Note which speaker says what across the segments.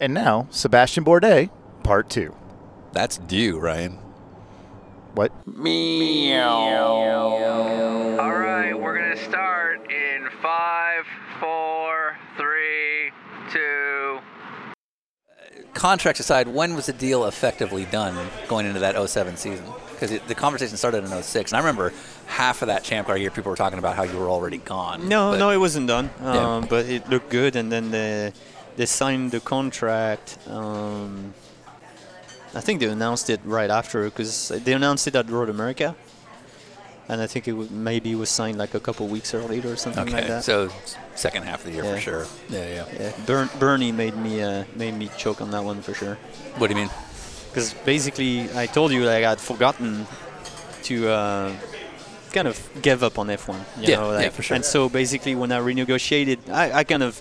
Speaker 1: And now, Sebastian Bourdais, part two.
Speaker 2: That's due, Ryan.
Speaker 1: What?
Speaker 3: All right, we're gonna start in five, four, three, two.
Speaker 4: Contracts aside, when was the deal effectively done going into that 07 season? Because the conversation started in 06, and I remember half of that Champ Car year, people were talking about how you were already gone.
Speaker 5: No,
Speaker 4: But-
Speaker 5: no, it wasn't done. Um,
Speaker 4: Yeah.
Speaker 5: But it looked good, and then they, they signed the contract. Um, I think they announced it right after because they announced it at Road America, and I think it w- maybe was signed like a couple weeks earlier or something
Speaker 4: Okay,
Speaker 5: like that.
Speaker 4: so s- second half of the year for
Speaker 5: Yeah.
Speaker 4: sure. Yeah, yeah.
Speaker 5: yeah, Bern- Bernie made me uh, made me choke on that one for sure.
Speaker 4: What do you mean?
Speaker 5: because basically I told you like I'd forgotten to uh, kind of give up on F1. You
Speaker 4: Yeah,
Speaker 5: know,
Speaker 4: yeah,
Speaker 5: like,
Speaker 4: for sure.
Speaker 5: And so basically when I renegotiated, I, I kind of,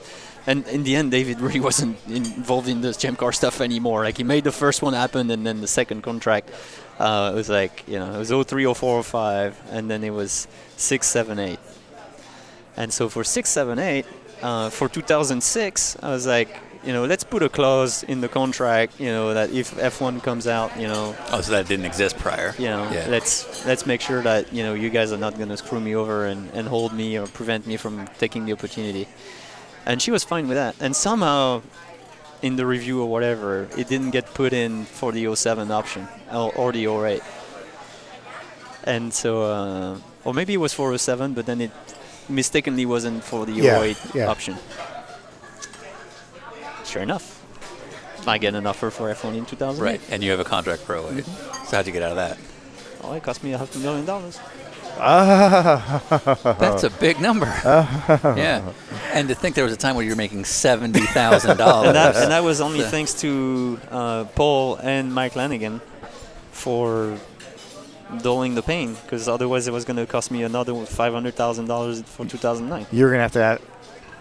Speaker 5: and in the end, David really wasn't involved in this Jam Car stuff anymore. Like he made the first one happen, and then the second contract uh, it was like you know it was 03, 04, 05, and then it was six, seven, eight. And so for 678, uh, for 2006, I was like, you know, let's put a clause in the contract, you know, that if F1 comes out, you know,
Speaker 4: Oh, so that didn't exist prior.
Speaker 5: you know,
Speaker 4: yeah.
Speaker 5: let's let's make sure that you know you guys are not going to screw me over and, and hold me or prevent me from taking the opportunity. And she was fine with that. And somehow, in the review or whatever, it didn't get put in for the 07 option or, or the 08. And so, uh, or maybe it was for 07, but then it mistakenly wasn't for the
Speaker 1: Yeah,
Speaker 5: 08
Speaker 1: yeah.
Speaker 5: option. Sure enough, I get an offer for F1 in 2008.
Speaker 4: Right, and you have a contract for 8
Speaker 5: Mm-hmm.
Speaker 4: So how'd you get out of that?
Speaker 5: Oh, it cost me a half a million dollars. Uh-huh.
Speaker 4: That's a big number. yeah, and to think there was a time where you were making seventy thousand dollars.
Speaker 5: and, that, and that was only
Speaker 4: Yeah.
Speaker 5: thanks to uh, Paul and Mike Lanigan for dulling the pain, because otherwise it was going to cost me another five hundred thousand dollars for 2009.
Speaker 1: You're going to have to.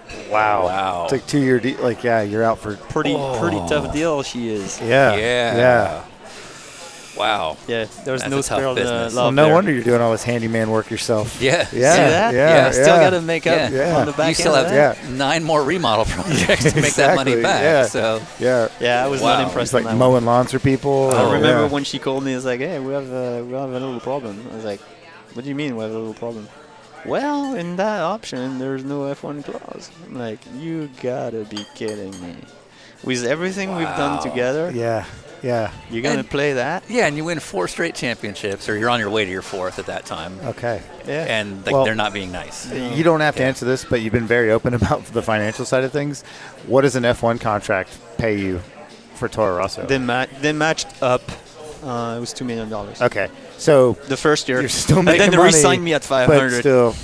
Speaker 1: Add, wow.
Speaker 4: Wow.
Speaker 1: It's like two year de- Like, yeah, you're out for.
Speaker 5: Pretty pretty tough deal she is.
Speaker 1: Yeah.
Speaker 4: Yeah.
Speaker 1: Yeah.
Speaker 4: Wow.
Speaker 5: Yeah, there's
Speaker 4: That's
Speaker 5: no
Speaker 4: a tough
Speaker 5: spare uh,
Speaker 4: business.
Speaker 5: love
Speaker 1: Well, no
Speaker 5: there.
Speaker 1: wonder you're doing all this handyman work yourself.
Speaker 4: Yeah.
Speaker 1: Yeah.
Speaker 4: See
Speaker 1: Yeah.
Speaker 5: that?
Speaker 1: Yeah.
Speaker 4: Yeah,
Speaker 5: I still got to make up
Speaker 4: Yeah.
Speaker 5: on the back
Speaker 4: you still
Speaker 5: end
Speaker 4: have
Speaker 5: of that.
Speaker 1: that?
Speaker 4: nine more remodel projects to make that money
Speaker 1: exactly,
Speaker 4: back.
Speaker 1: yeah.
Speaker 4: So
Speaker 1: Yeah.
Speaker 5: Yeah, I was
Speaker 4: Wow.
Speaker 5: not
Speaker 1: He's
Speaker 5: impressed.
Speaker 1: like
Speaker 5: on that one.
Speaker 1: mowing lawns for people.
Speaker 5: I remember
Speaker 1: Oh, yeah.
Speaker 5: when she called me. It's like, "Hey, we have a, we have a little problem." I was like, "What do you mean we have a little problem?" Well, in that option, there's no F1 clause. I'm like, you gotta be kidding me! With everything we've done
Speaker 4: Wow.
Speaker 5: together,
Speaker 1: Yeah. Yeah.
Speaker 5: you're gonna
Speaker 4: And-
Speaker 5: play that?
Speaker 4: yeah, and you win four straight championships, or you're on your way to your fourth at that time,
Speaker 1: Okay.
Speaker 5: Yeah.
Speaker 4: and like
Speaker 1: Uh, Well-
Speaker 4: they're not being nice.
Speaker 1: You don't have to answer this, but you've been very open about the financial side of things. What does an F1 contract pay you for Toro Rosso?
Speaker 5: they ma- they matched up. Uh, it was two million dollars.
Speaker 1: okay. So
Speaker 5: The first year,
Speaker 1: you're still
Speaker 5: and
Speaker 1: making
Speaker 5: then they
Speaker 1: money,
Speaker 5: re-signed me at
Speaker 1: but
Speaker 5: 500.
Speaker 1: still.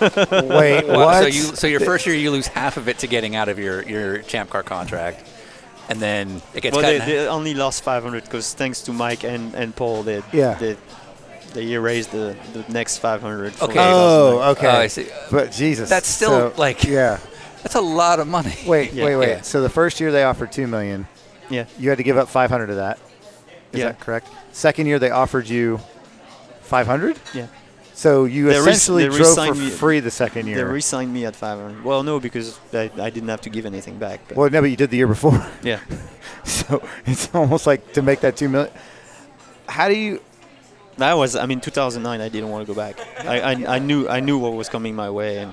Speaker 1: Wait,
Speaker 4: Wow,
Speaker 1: what?
Speaker 4: So you so your first year you lose half of it to getting out of your your champ car contract, and then it gets
Speaker 5: well,
Speaker 4: cut.
Speaker 5: they,
Speaker 4: in half.
Speaker 5: they only lost 500 because thanks to Mike and, and Paul, they
Speaker 1: Yeah.
Speaker 5: they, they erased the, the next 500. for
Speaker 4: Okay.
Speaker 1: oh,
Speaker 5: 2009.
Speaker 1: okay.
Speaker 4: Oh, I see.
Speaker 1: But Jesus,
Speaker 4: That's still,
Speaker 1: so-
Speaker 4: like-
Speaker 1: yeah.
Speaker 4: That's a lot of money.
Speaker 1: Wait,
Speaker 5: Yeah.
Speaker 1: wait, wait.
Speaker 4: Yeah.
Speaker 1: So the first year they offered two million,
Speaker 5: yeah,
Speaker 1: you had to give up five hundred of that. Is
Speaker 5: Yeah.
Speaker 1: that correct? Second year they offered you five hundred.
Speaker 5: yeah.
Speaker 1: So you
Speaker 5: They res-
Speaker 1: essentially
Speaker 5: they
Speaker 1: drove for
Speaker 5: resigned me-
Speaker 1: free the second
Speaker 5: They
Speaker 1: year.
Speaker 5: re-signed me at 500. Well, no, because I, I didn't have to give anything back. But
Speaker 1: well, no, but you did the year before.
Speaker 5: yeah,
Speaker 1: So it's almost like to make that two million. How do you?
Speaker 5: that was. I mean, 2009. I didn't want to go back. I, I, I knew I knew what was coming my way, and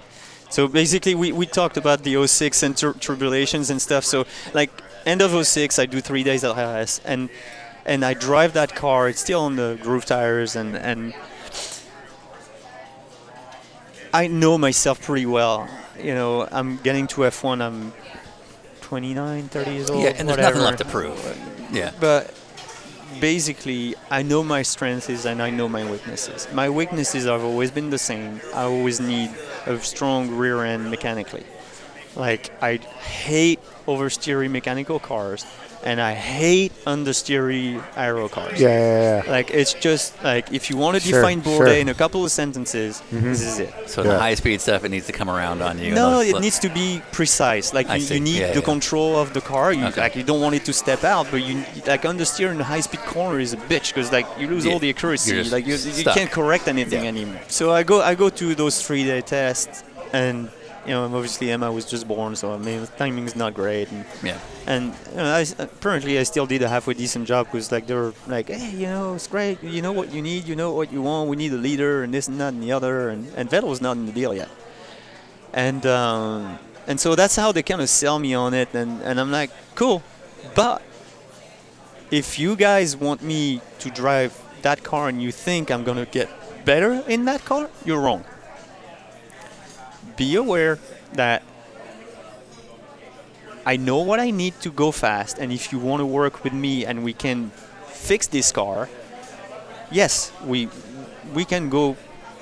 Speaker 5: so basically we, we talked about the 06 and tur- tribulations and stuff. So like end of 06, I do three days at RS, and and I drive that car. It's still on the groove tires, and and I know myself pretty well. You know, I'm getting to F1. I'm 29, 30 years old.
Speaker 4: yeah, and there's
Speaker 5: whatever.
Speaker 4: nothing left to prove. Yeah.
Speaker 5: but basically I know my strengths and I know my weaknesses. My weaknesses have always been the same. I always need a strong rear end mechanically. Like I hate oversteery mechanical cars and I hate understeery aero cars.
Speaker 1: Yeah, yeah, yeah.
Speaker 5: Like it's just like if you want to
Speaker 1: Sure,
Speaker 5: define Bourdais
Speaker 1: sure. Mm-hmm.
Speaker 5: in a couple of sentences, this is it.
Speaker 4: So
Speaker 1: Yeah.
Speaker 4: the high speed stuff, it needs to come around on you.
Speaker 5: No,
Speaker 4: Let's-
Speaker 5: it
Speaker 4: let's-
Speaker 5: needs to be precise. Like
Speaker 4: I
Speaker 5: you,
Speaker 4: see.
Speaker 5: you need
Speaker 4: Yeah,
Speaker 5: the
Speaker 4: yeah.
Speaker 5: control of the car. You
Speaker 4: Okay.
Speaker 5: like you don't want it to step out, but you like understeer in a high-speed corner is a bitch because like you lose
Speaker 4: Yeah,
Speaker 5: all the
Speaker 4: you're
Speaker 5: accuracy.
Speaker 4: just
Speaker 5: like you, you
Speaker 4: stuck.
Speaker 5: can't correct anything
Speaker 4: Yeah.
Speaker 5: anymore. So I go I go to those three-day tests and you know, obviously Emma was just born, so I mean, the timing's not great. And,
Speaker 4: Yeah.
Speaker 5: and you know, I s apparently I still did a halfway decent job because like they were like, hey, you know, it's great. You know what you need. You know what you want. We need a leader and this and that and the other. And, and Vettel's not in the deal yet. And um, and so that's how they kind of sell me on it. And, and I'm like, cool, but if you guys want me to drive that car and you think I'm gonna get better in that car, you're wrong. Be aware that I know what I need to go fast, and if you want to work with me and we can fix this car, yes, we we can go,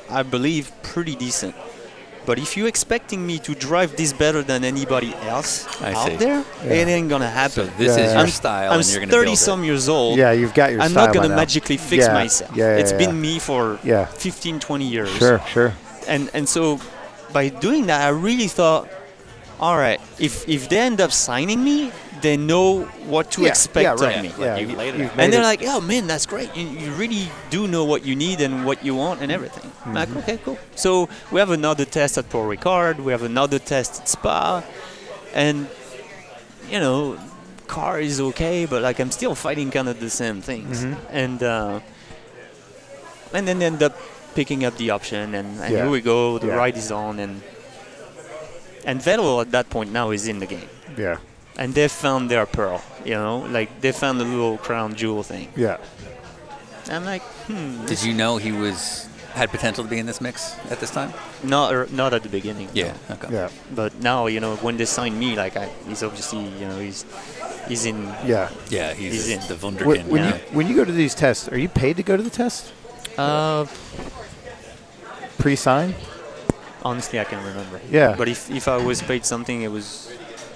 Speaker 5: I believe, pretty decent. But if you're expecting me to drive this better than anybody else
Speaker 4: I
Speaker 5: out
Speaker 4: see.
Speaker 5: there, it ain't gonna
Speaker 4: So
Speaker 5: happen.
Speaker 4: this
Speaker 1: Yeah.
Speaker 4: is your
Speaker 1: I'm-
Speaker 4: style,
Speaker 5: I'm
Speaker 4: and you're going to
Speaker 5: 30
Speaker 4: build
Speaker 5: some years old.
Speaker 1: Yeah, you've got your
Speaker 5: I'm
Speaker 1: style
Speaker 5: not
Speaker 1: by
Speaker 5: gonna
Speaker 1: now.
Speaker 5: magically fix
Speaker 1: Yeah,
Speaker 5: myself.
Speaker 1: yeah, yeah,
Speaker 5: It's
Speaker 1: yeah.
Speaker 5: been me for
Speaker 1: Yeah.
Speaker 5: 15, 20 years.
Speaker 1: Sure, sure.
Speaker 5: And and so by doing that, I really thought, all right, if if they end up signing me, they know what to
Speaker 1: Yeah,
Speaker 5: expect
Speaker 1: yeah,
Speaker 5: of
Speaker 1: right.
Speaker 5: me.
Speaker 1: Yeah,
Speaker 4: you laid it out.
Speaker 5: And
Speaker 1: made
Speaker 5: they're
Speaker 1: it-
Speaker 5: like, oh man, that's great. You, you really do know what you need and what you want and everything. I'm like,
Speaker 1: Mm-hmm.
Speaker 5: okay, cool. So we have another test at Paul Ricard. We have another test at Spa, and you know, car is okay, but like I'm still fighting kind of the same things.
Speaker 1: Mm-hmm.
Speaker 5: And uh, and then end up picking up the option, and, and
Speaker 1: Yeah.
Speaker 5: here we go. The
Speaker 1: Yeah.
Speaker 5: ride is on, and and Vettel at that point now is in the game,
Speaker 1: Yeah,
Speaker 5: and they found their pearl. You know, like they found the little crown jewel thing.
Speaker 1: yeah.
Speaker 5: I'm like, hmm,
Speaker 4: it. Did you know he was had potential to be in this mix at this time?
Speaker 5: not er, not at the beginning. no.
Speaker 4: Okay.
Speaker 1: Yeah,
Speaker 5: But now you know when they signed me, like I, he's obviously you know he's he's in.
Speaker 1: yeah.
Speaker 4: Yeah, he's,
Speaker 5: He's in.
Speaker 4: the
Speaker 1: When,
Speaker 4: wunderkind
Speaker 1: when, you,
Speaker 4: now.
Speaker 1: when you go to these tests, are you paid to go to the test?
Speaker 5: Uh,
Speaker 1: Pre-sign?
Speaker 5: honestly, I can remember.
Speaker 1: Yeah.
Speaker 5: But if, if I was paid something, it was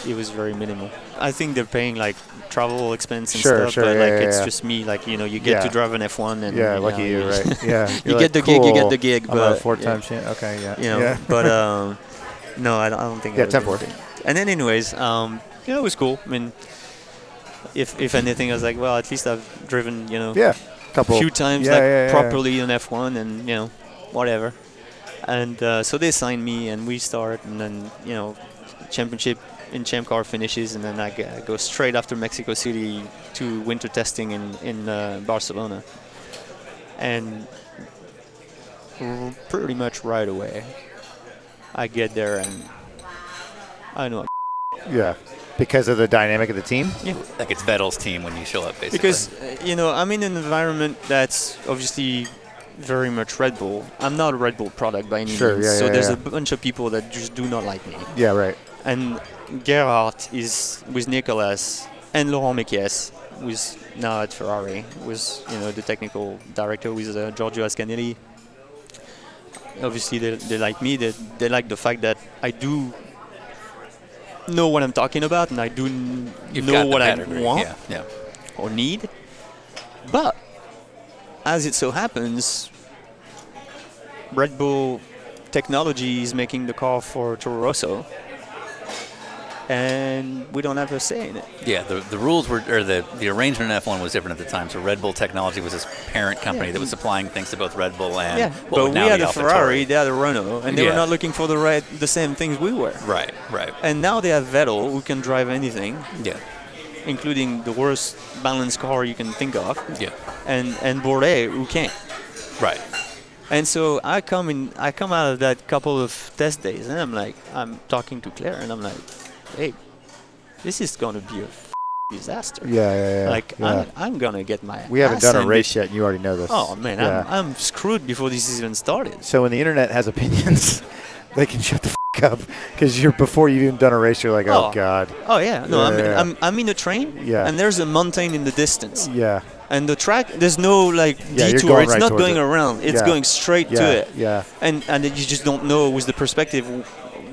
Speaker 5: it was very minimal. I think they're paying like travel expense and
Speaker 1: Sure,
Speaker 5: stuff,
Speaker 1: sure,
Speaker 5: but
Speaker 1: yeah,
Speaker 5: like
Speaker 1: yeah,
Speaker 5: it's
Speaker 1: yeah.
Speaker 5: just me. Like you know, you get to
Speaker 1: Yeah.
Speaker 5: drive an F1 and
Speaker 1: Yeah,
Speaker 5: Mm, you
Speaker 1: lucky
Speaker 5: know,
Speaker 1: you, right? Yeah.
Speaker 5: you
Speaker 1: You're
Speaker 5: get the
Speaker 1: like,
Speaker 5: gig, you get
Speaker 1: cool,
Speaker 5: the gig,
Speaker 1: I'm
Speaker 5: but
Speaker 1: a four-time
Speaker 5: yeah.
Speaker 1: champ. Okay, yeah.
Speaker 5: you know.
Speaker 1: yeah.
Speaker 5: But um, no, I don't, I don't think.
Speaker 1: Yeah,
Speaker 5: I was in
Speaker 1: temporary.
Speaker 5: it. And then, anyways, um, yeah, it was cool. I mean, if if anything, I was like, well, at least I've driven, you know,
Speaker 1: yeah, couple
Speaker 5: a few times
Speaker 1: yeah,
Speaker 5: like
Speaker 1: yeah, yeah.
Speaker 5: properly on F1, and you know, whatever. And uh, so they signed me, and we start, and then you know, championship in Champ Car finishes, and then I g- I go straight after Mexico City to winter testing in in uh, Barcelona, and r- pretty much right away, I get there and I know.
Speaker 1: Yeah, because of the dynamic of the team.
Speaker 4: Like it's Vettel's team when you show up, basically.
Speaker 5: Because uh, you know, I'm in an environment that's obviously very much Red Bull. I'm not a Red Bull product by any
Speaker 1: Sure,
Speaker 5: means.
Speaker 1: yeah,
Speaker 5: so
Speaker 1: yeah,
Speaker 5: there's
Speaker 1: yeah.
Speaker 5: a bunch of people that just do not like me.
Speaker 1: Yeah, right.
Speaker 5: And Gerhard is with Nicolas and Laurent Mekies, who's now at Ferrari, was you know the technical director with uh, Giorgio Ascanelli. Obviously, they, they like me. They, they like the fact that I do know what I'm talking about, and I do n-
Speaker 4: You've
Speaker 5: know
Speaker 4: got the
Speaker 5: what I
Speaker 4: pedigree,
Speaker 5: want
Speaker 4: Yeah, yeah.
Speaker 5: or need. But as it so happens, Red Bull technology is making the call for Toro Rosso, and we don't have a say in it.
Speaker 4: Yeah, the, the rules were, or the, the arrangement in F1 was different at the time. So Red Bull Technology was this parent company
Speaker 5: Yeah.
Speaker 4: that was supplying things to both Red Bull and.
Speaker 5: yeah,
Speaker 4: what
Speaker 5: but
Speaker 4: would
Speaker 5: we
Speaker 4: now
Speaker 5: had
Speaker 4: be
Speaker 5: a
Speaker 4: AlphaTauri.
Speaker 5: Ferrari, they had a Renault, and they were
Speaker 4: Yeah.
Speaker 5: not looking for the right, the same things we were.
Speaker 4: Right, right.
Speaker 5: And now they have Vettel, who can drive anything,
Speaker 4: Yeah,
Speaker 5: including the worst balanced car you can think of,
Speaker 4: yeah.
Speaker 5: and and Bourdais, who can't.
Speaker 4: Right.
Speaker 5: And so I come in, I come out of that couple of test days, and I'm like, I'm talking to Claire, and I'm like, hey, this is gonna be a f- disaster.
Speaker 1: Yeah, yeah, yeah.
Speaker 5: Like
Speaker 1: yeah.
Speaker 5: I'm, I'm gonna get my.
Speaker 1: we haven't
Speaker 5: ass
Speaker 1: done a
Speaker 5: handed-
Speaker 1: race yet, and you already know this.
Speaker 5: Oh man,
Speaker 1: Yeah.
Speaker 5: I'm, I'm screwed before this even started.
Speaker 1: so when the internet has opinions, they can shut the f- up because you're before you've even done a race, you're like, oh,
Speaker 5: Oh.
Speaker 1: god,
Speaker 5: Oh yeah, no, I'm,
Speaker 1: Yeah.
Speaker 5: I'm I'm in a train,
Speaker 1: Yeah.
Speaker 5: and there's a mountain in the distance,
Speaker 1: yeah,
Speaker 5: and the track there's no like
Speaker 1: Yeah, you're
Speaker 5: detour.
Speaker 1: going
Speaker 5: It's
Speaker 1: right
Speaker 5: not
Speaker 1: towards
Speaker 5: going
Speaker 1: it.
Speaker 5: around. It's
Speaker 1: Yeah.
Speaker 5: going straight
Speaker 1: yeah,
Speaker 5: to it.
Speaker 1: yeah,
Speaker 5: and and you just don't know with the perspective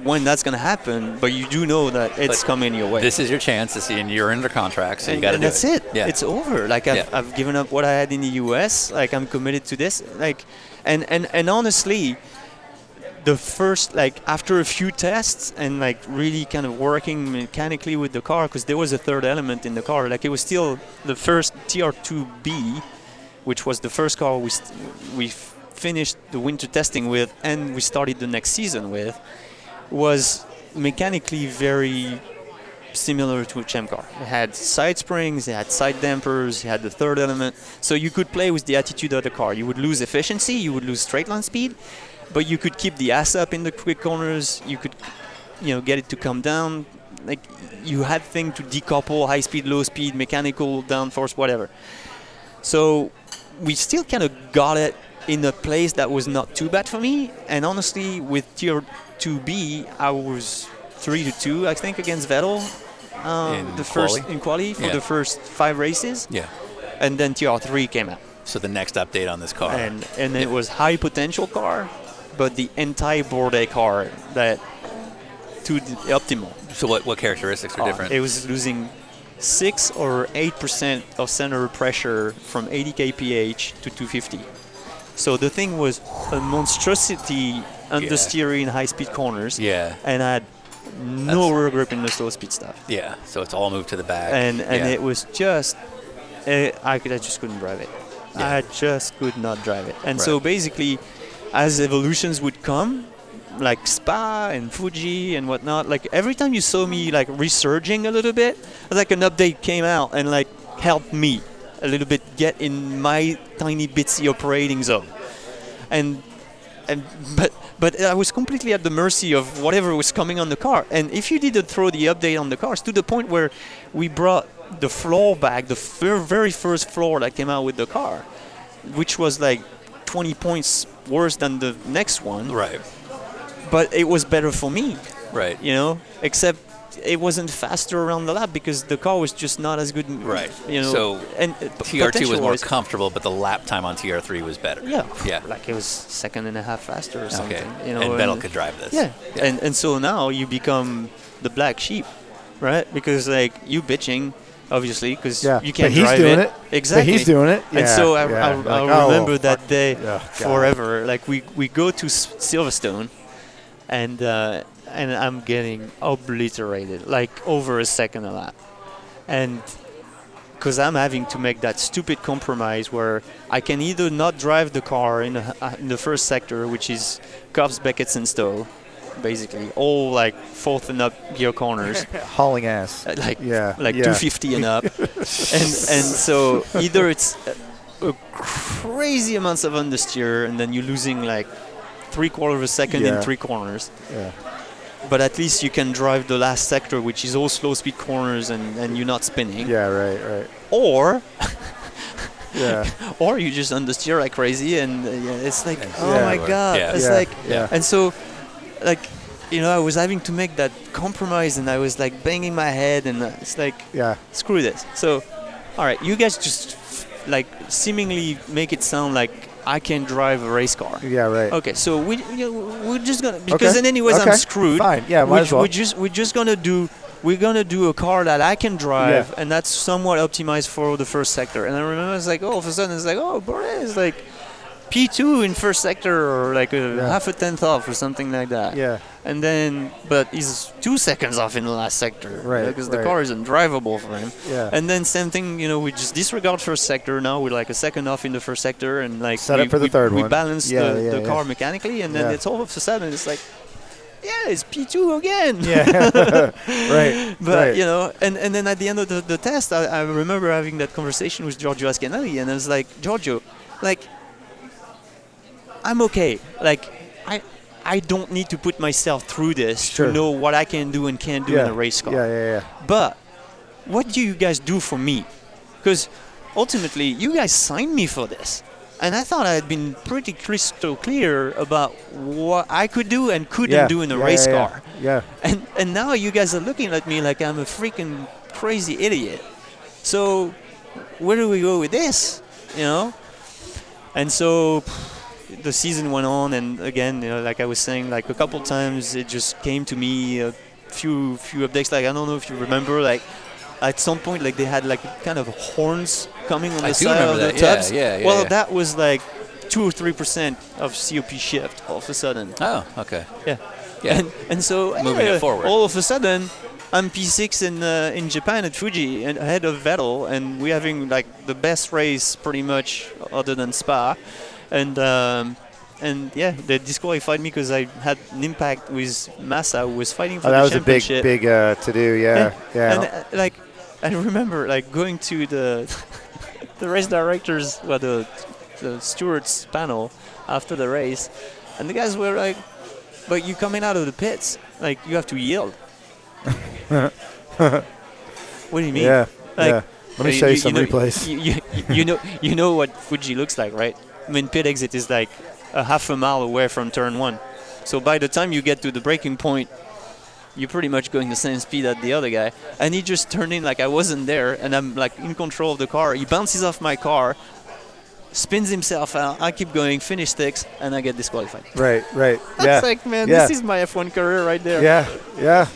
Speaker 5: when that's gonna happen, but you do know that it's
Speaker 4: But
Speaker 5: coming your way.
Speaker 4: This is your chance to see, and you're under contract, so you
Speaker 5: and,
Speaker 4: got to
Speaker 5: and
Speaker 4: do
Speaker 5: that's it.
Speaker 4: Yeah.
Speaker 5: It's over. Like I've,
Speaker 4: Yeah.
Speaker 5: I've given up what I had in the U.S. Like I'm committed to this. Like, and and and honestly, the first like after a few tests and like really kind of working mechanically with the car because there was a third element in the car. Like it was still the first TR2B, which was the first car we st- we f- finished the winter testing with and we started the next season with, was mechanically very similar to a champ car. It had side springs, it had side dampers, it had the third element. So you could play with the attitude of the car. You would lose efficiency, you would lose straight line speed, but you could keep the ass up in the quick corners. You could, you know, get it to come down. Like you had thing to decouple high speed, low speed, mechanical, downforce, whatever. So we still kind of got it in a place that was not too bad for me. And honestly, with tier 2B, I was three to two, I think, against Vettel. Um,
Speaker 4: In
Speaker 5: the first
Speaker 4: quali?
Speaker 5: in quali for
Speaker 4: Yeah.
Speaker 5: the first five races,
Speaker 4: Yeah. Uh-huh.
Speaker 5: and then TR3 came out,
Speaker 4: So the next update on this car.
Speaker 5: and and it was high potential car, but the anti-Borde car that to the optimal.
Speaker 4: so what, what characteristics are
Speaker 5: Uh,
Speaker 4: different?
Speaker 5: It was losing six or eight percent of center pressure from 80 kph to 250. So the thing was a monstrosity understeering high-speed corners.
Speaker 4: Yeah.
Speaker 5: And I had no real grip in the slow-speed stuff.
Speaker 4: yeah. So it's all moved to the back.
Speaker 5: And and
Speaker 4: Yeah.
Speaker 5: it was just eh, I could, I just couldn't drive it.
Speaker 4: Yeah.
Speaker 5: I just could not drive it. And so
Speaker 4: Right.
Speaker 5: basically, as evolutions would come, like Spa and Fuji and whatnot, like every time you saw me like resurging a little bit, like an update came out and like helped me a little bit get in my tiny bitsy operating zone. And and but but I was completely at the mercy of whatever was coming on the car. And if you didn't throw the update on the cars to the point where we brought the floor back, the fir- very first floor that came out with the car, which was like 20 points worse than the next one,
Speaker 4: Right.
Speaker 5: but it was better for me,
Speaker 4: Right.
Speaker 5: you know. Except it wasn't faster around the lap because the car was just not as good,
Speaker 4: Right.
Speaker 5: You know.
Speaker 4: So
Speaker 5: and uh, p-
Speaker 4: TR2 was more
Speaker 5: potential-wise-
Speaker 4: comfortable, but the lap time on TR3 was better.
Speaker 5: yeah,
Speaker 4: Yeah.
Speaker 5: like it was second and a half faster or something.
Speaker 4: okay.
Speaker 5: You know,
Speaker 4: and Vettel could drive this.
Speaker 5: Yeah. And and so now you become the black sheep, right? Because like you bitching, obviously, because
Speaker 1: Yeah,
Speaker 5: you
Speaker 1: but
Speaker 5: can't
Speaker 1: he's
Speaker 5: drive
Speaker 1: doing
Speaker 5: it.
Speaker 1: it, but
Speaker 5: Exactly.
Speaker 1: he's doing it.
Speaker 5: And
Speaker 1: Yeah,
Speaker 5: so I,
Speaker 1: yeah.
Speaker 5: I,
Speaker 1: Like,
Speaker 5: I'll
Speaker 1: oh,
Speaker 5: remember that
Speaker 1: fuck.
Speaker 5: day
Speaker 1: Yeah, God.
Speaker 5: forever. Like we we go to S- Silverstone, and uh, and I'm getting obliterated, like over a second a lap, and. Because I'm having to make that stupid compromise where I can either not drive the car in, the- uh, in the first sector, which is Cobbs, Beckett, and Stowe, basically all like fourth and up gear corners
Speaker 1: hauling ass.
Speaker 5: uh, like
Speaker 1: yeah,
Speaker 5: like
Speaker 1: yeah.
Speaker 5: 250 and up and and so either it's a, a crazy amounts of understeer and then you're losing like three quarters of a second in
Speaker 1: Yeah.
Speaker 5: three corners
Speaker 1: Yeah.
Speaker 5: but at least you can drive the last sector which is all slow speed corners and, and you're not spinning
Speaker 1: Yeah, right, right.
Speaker 5: or
Speaker 1: Yeah,
Speaker 5: or you just understeer like crazy and uh, yeah, it's like oh
Speaker 1: Yeah.
Speaker 5: my god
Speaker 4: Yeah.
Speaker 5: it's
Speaker 1: Yeah.
Speaker 5: like
Speaker 1: Yeah.
Speaker 5: and so like you know i was having to make that compromise and i was like banging my head and uh, it's like
Speaker 1: yeah.
Speaker 5: screw this. So, all right, you guys just like seemingly make it sound like I can drive a race car.
Speaker 1: Yeah, right.
Speaker 5: Okay, so we you know, we're just gonna because
Speaker 1: Okay,
Speaker 5: in anyways I'm
Speaker 1: okay,
Speaker 5: screwed.
Speaker 1: fine, yeah, might
Speaker 5: we're,
Speaker 1: as well.
Speaker 5: We're just we're just gonna do we're gonna do a car that I can drive
Speaker 1: Yeah.
Speaker 5: and that's somewhat optimized for the first sector. And I remember it's like oh, all of a sudden it's like oh, bro, it's like P2 in first sector or like a
Speaker 1: Yeah.
Speaker 5: half a tenth off or something like that.
Speaker 1: Yeah.
Speaker 5: And then, but he's two seconds off in the last sector
Speaker 1: Right,
Speaker 5: because the
Speaker 1: right.
Speaker 5: car is undrivable for him.
Speaker 1: Yeah.
Speaker 5: And then same thing, you know, we just disregard first sector. Now we're like a second off in the first sector, and like
Speaker 1: Set
Speaker 5: we,
Speaker 1: up for the
Speaker 5: we-
Speaker 1: third
Speaker 5: we
Speaker 1: one.
Speaker 5: balance
Speaker 1: Yeah,
Speaker 5: the,
Speaker 1: yeah,
Speaker 5: the
Speaker 1: yeah.
Speaker 5: car mechanically, and then
Speaker 1: Yeah.
Speaker 5: it's all of a sudden it's like, yeah, it's P two again.
Speaker 1: Yeah. right.
Speaker 5: But
Speaker 1: right.
Speaker 5: you know, and, and then at the end of the, the test, I, I remember having that conversation with Giorgio Ascanelli, and I was like, Giorgio, like, I'm okay. Like, I I don't need to put myself through this
Speaker 1: Sure.
Speaker 5: to know what I can do and can't do
Speaker 1: yeah.
Speaker 5: in a race car.
Speaker 1: Yeah, yeah,
Speaker 5: But what do you guys do for me? Because ultimately, you guys signed me for this. And I thought I had been pretty crystal clear about what I could do and couldn't
Speaker 1: yeah.
Speaker 5: do in a
Speaker 1: yeah,
Speaker 5: race
Speaker 1: yeah, yeah.
Speaker 5: car.
Speaker 1: Yeah.
Speaker 5: And and now you guys are looking at me like I'm a freaking crazy idiot. So where do we go with this? You know? And so the season went on and again, you know, like I was saying, like a couple times it just came to me a few few updates. Like I don't know if you remember, like at some point like they had like kind of horns coming on
Speaker 4: I
Speaker 5: the
Speaker 4: do
Speaker 5: side of
Speaker 4: remember that.
Speaker 5: the
Speaker 4: Yeah,
Speaker 5: tubs.
Speaker 4: yeah, yeah,
Speaker 5: well
Speaker 4: yeah.
Speaker 5: that was like two or three percent of COP shift all of a sudden.
Speaker 4: Oh, okay.
Speaker 5: Yeah.
Speaker 4: Yeah.
Speaker 5: And, and so
Speaker 4: Moving it
Speaker 5: eh,
Speaker 4: forward.
Speaker 5: All of a sudden, I'm P6 in uh, in Japan at Fuji and ahead of Vettel, and we're having like the best race pretty much other than Spa, and um, and yeah, they disqualified me because I had an impact with Massa, who was fighting for
Speaker 1: Oh, that
Speaker 5: the
Speaker 1: was a big,
Speaker 5: championship.
Speaker 1: big uh, to do. Yeah, yeah.
Speaker 5: And uh, like, I remember like going to the the race directors, well, the the stewards panel after the race, and the guys were like, "But you coming out of the pits, like you have to yield." what do you mean?
Speaker 1: yeah,
Speaker 5: Like,
Speaker 1: yeah. Let me
Speaker 5: uh,
Speaker 1: show you, some
Speaker 5: know,
Speaker 1: replays.
Speaker 5: You, you- you know, you know what Fuji looks like, right? I mean, pit exit is like a half a mile away from turn one. So by the time you get to the breaking point, you're pretty much going the same speed as the other guy. And he just turned in like I wasn't there, and I'm like in control of the car. He bounces off my car, spins himself out. I keep going, finish sticks, and I get disqualified.
Speaker 1: right, right. Yeah,
Speaker 5: It's like, man,
Speaker 1: yeah.
Speaker 5: this is my F1 career right there.
Speaker 1: yeah, yeah.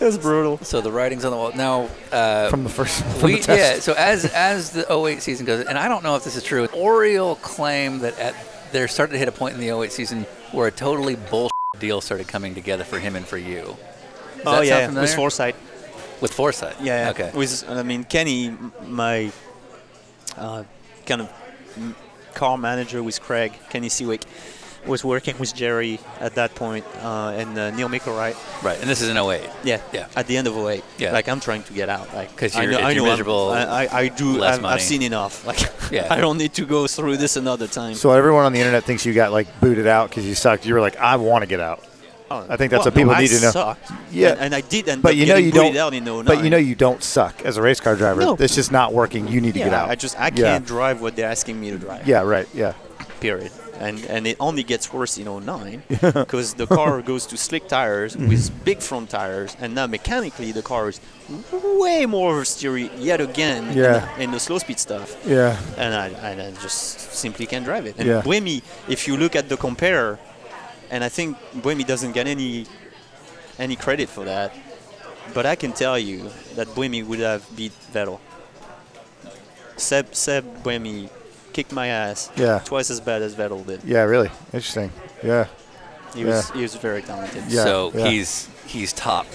Speaker 5: That's brutal.
Speaker 4: So the writing's on the wall. Now, uh,
Speaker 1: From the first, from
Speaker 4: we,
Speaker 1: the
Speaker 4: yeah,
Speaker 1: test.
Speaker 4: so as as the 08 season goes, and I don't know if this is true, Oriole claimed that at there started to hit a point in the 08 season where a totally bullshit deal started coming together for him and for you. Does
Speaker 5: oh
Speaker 4: that sound
Speaker 5: yeah, yeah, with
Speaker 4: familiar?
Speaker 5: foresight.
Speaker 4: With foresight.
Speaker 5: Yeah. yeah.
Speaker 4: Okay.
Speaker 5: With I mean Kenny, m- my uh, kind of m- car manager with Craig, Kenny Seawick, was working with Jerry at that point, uh, and uh, Neil Micklerite.
Speaker 4: Right. And this is an 08.
Speaker 5: Yeah.
Speaker 4: Yeah.
Speaker 5: At the end of 08.
Speaker 4: Yeah.
Speaker 5: Like I'm trying to get out. Like
Speaker 4: 'Cause
Speaker 5: I
Speaker 4: you're-
Speaker 5: know, I
Speaker 4: you're
Speaker 5: know I'm-
Speaker 4: miserable,
Speaker 5: I, I, I do.
Speaker 4: less
Speaker 5: I've,
Speaker 4: money.
Speaker 5: I've seen enough. Like
Speaker 4: Yeah.
Speaker 5: I don't need to go through this another time.
Speaker 1: So everyone on the internet thinks you got like booted out because you sucked. You were like, I want to get out. I think that's what people
Speaker 5: Oh, I
Speaker 1: need to know.
Speaker 5: sucked,
Speaker 1: Yeah.
Speaker 5: And, and I did. And
Speaker 1: But you know you don't.
Speaker 5: Out in 09.
Speaker 1: but you know you don't suck as a race car driver.
Speaker 5: No.
Speaker 1: It's just not working. You need to
Speaker 5: Yeah,
Speaker 1: get out.
Speaker 5: I just I
Speaker 1: Yeah.
Speaker 5: can't drive what they're asking me to drive.
Speaker 1: Yeah, right. Yeah,
Speaker 5: period. And and it only gets worse in 09 because the car goes to slick tires with big front tires, and now mechanically the car is way more oversteery yet again in
Speaker 1: Yeah.
Speaker 5: the- in, the slow speed stuff.
Speaker 1: yeah.
Speaker 5: And I, and I just simply can't drive it. And
Speaker 1: Yeah.
Speaker 5: Buemi, if you look at the compare, and I think Buemi doesn't get any any credit for that, but I can tell you that Buemi would have beat Vettel. Seb, Seb Buemi kicked my ass
Speaker 1: Yeah.
Speaker 5: twice as bad as Vettel did.
Speaker 1: Yeah, really interesting. Yeah,
Speaker 5: He was he was very talented.
Speaker 1: Yeah,
Speaker 4: so
Speaker 1: yeah.
Speaker 4: he's he's top,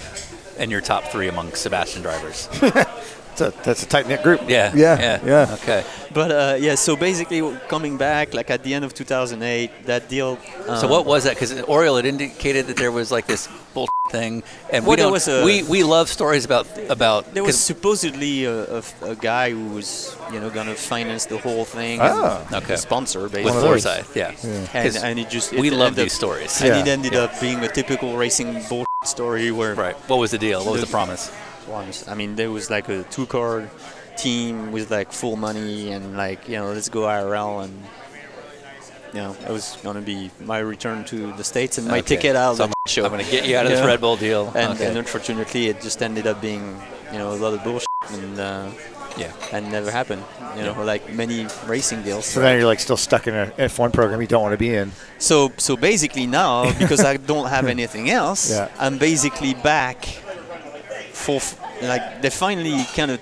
Speaker 4: and you're top three among Sebastian drivers.
Speaker 1: that's a, that's a tight knit group.
Speaker 4: Yeah.
Speaker 1: yeah, yeah.
Speaker 4: Okay.
Speaker 5: But uh, yeah, so basically w- coming back like at the end of 2008, that deal.
Speaker 4: So
Speaker 5: um,
Speaker 4: what was that? Because Oriole had indicated that there was like this bullshit thing, and
Speaker 5: Well,
Speaker 4: we
Speaker 5: there
Speaker 4: don't.
Speaker 5: was a-
Speaker 4: we we love stories about about.
Speaker 5: There was
Speaker 4: 'cause-
Speaker 5: supposedly a, a f- a guy who was you know gonna finance the whole thing.
Speaker 1: Ah.
Speaker 5: and
Speaker 4: Okay.
Speaker 5: A sponsor basically.
Speaker 4: with
Speaker 1: of those.
Speaker 4: Forsyth, yeah.
Speaker 5: And,
Speaker 4: 'Cause
Speaker 5: and it just
Speaker 4: we
Speaker 5: it
Speaker 4: love
Speaker 5: ended
Speaker 4: these
Speaker 5: up-
Speaker 4: stories.
Speaker 5: And it
Speaker 1: Yeah.
Speaker 5: ended up being a typical racing bullshit story where
Speaker 4: Right. What was the deal? What was the promise?
Speaker 5: once. I mean, there was like a two car team with like full money and like, you know, let's go IRL and you know, it was going to be my return to the States and my
Speaker 4: Okay.
Speaker 5: ticket out
Speaker 4: So
Speaker 5: of
Speaker 4: I'm,
Speaker 5: the show.
Speaker 4: going to get you out of this
Speaker 5: Yeah.
Speaker 4: Red Bull deal.
Speaker 5: and,
Speaker 4: okay.
Speaker 5: and unfortunately, it just ended up being, you know, a lot of bullshit and, uh,
Speaker 4: yeah.
Speaker 5: and never happened, you know,
Speaker 4: Yeah.
Speaker 5: like many racing deals.
Speaker 1: So then you're like still stuck in a F1 program you don't want to be in.
Speaker 5: So so basically now because I don't have anything else,
Speaker 1: Yeah.
Speaker 5: I'm basically back for f- like they finally kind of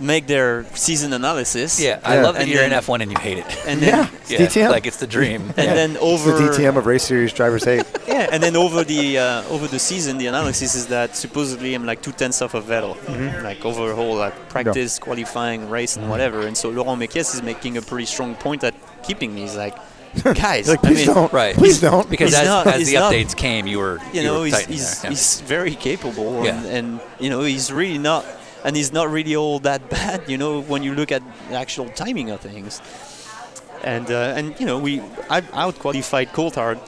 Speaker 5: make their season analysis.
Speaker 4: Yeah. I
Speaker 1: Yeah.
Speaker 4: love that
Speaker 5: And
Speaker 4: you're in
Speaker 5: then-
Speaker 4: F1 and you hate it.
Speaker 5: And then
Speaker 1: It's
Speaker 4: yeah.
Speaker 1: DTM.
Speaker 4: Like it's the dream.
Speaker 5: and then
Speaker 1: It's the
Speaker 5: over
Speaker 1: DTM of race series drivers hate.
Speaker 5: yeah, and then over the uh, over the season, the analysis is that supposedly I'm like two tenths off of Vettel,
Speaker 1: Mm-hmm.
Speaker 5: like over whole like practice, qualifying, race, and whatever. And so Laurent Mekies is making a pretty strong point at keeping me. He's like, guys,
Speaker 1: like,
Speaker 5: I
Speaker 1: please
Speaker 5: mean,
Speaker 1: don't.
Speaker 4: Right.
Speaker 1: Please don't.
Speaker 4: Because
Speaker 5: He's
Speaker 4: as,
Speaker 5: not-
Speaker 4: as
Speaker 5: he's
Speaker 4: the
Speaker 5: not-
Speaker 4: updates came, you were
Speaker 5: you
Speaker 4: you
Speaker 5: know
Speaker 4: were
Speaker 5: he's,
Speaker 4: tightening
Speaker 5: he's,
Speaker 4: there, yeah.
Speaker 5: he's very capable and,
Speaker 4: Yeah.
Speaker 5: and you know he's really not and he's not really all that bad you know when you look at the actual timing of things and uh, and you know we I out qualified Coulthard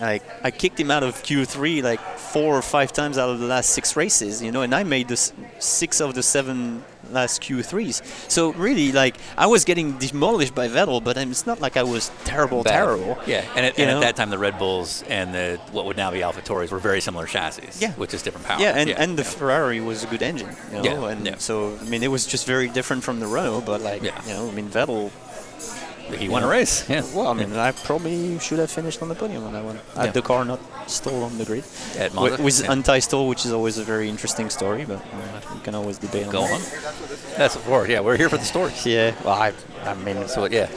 Speaker 5: like I kicked him out of Q3 like four or five times out of the last six races you know and I made the s- six of the seven last Q3s so really like I was getting demolished by Vettel but um, it's not like I was terrible
Speaker 4: Bad.
Speaker 5: terrible
Speaker 4: Yeah, and, at,
Speaker 5: you
Speaker 4: and at
Speaker 5: know?
Speaker 4: that time, the Red Bulls and the what would now be Alpha Tauris were very similar chassis.
Speaker 5: Yeah.
Speaker 4: which is different power.
Speaker 5: Yeah, and, and the Ferrari was a good engine, you know,
Speaker 4: Yeah,
Speaker 5: and
Speaker 4: yeah.
Speaker 5: so I mean it was just very different from the Renault, but like
Speaker 4: Yeah.
Speaker 5: you know, I mean Vettel.
Speaker 4: he won a race. Yeah,
Speaker 5: Well, I mean I probably should have finished on the podium on that one. Had
Speaker 4: Yeah.
Speaker 5: the car not stalled on the grid
Speaker 4: at
Speaker 5: with,
Speaker 4: Monza.
Speaker 5: with
Speaker 4: yeah.
Speaker 5: anti-stall, which is always a very interesting story, but you know, we can always debate
Speaker 4: Go
Speaker 5: on. that.
Speaker 4: on. That's for yeah. We're here for the stories.
Speaker 5: Yeah, well I, I mean so
Speaker 4: So yeah,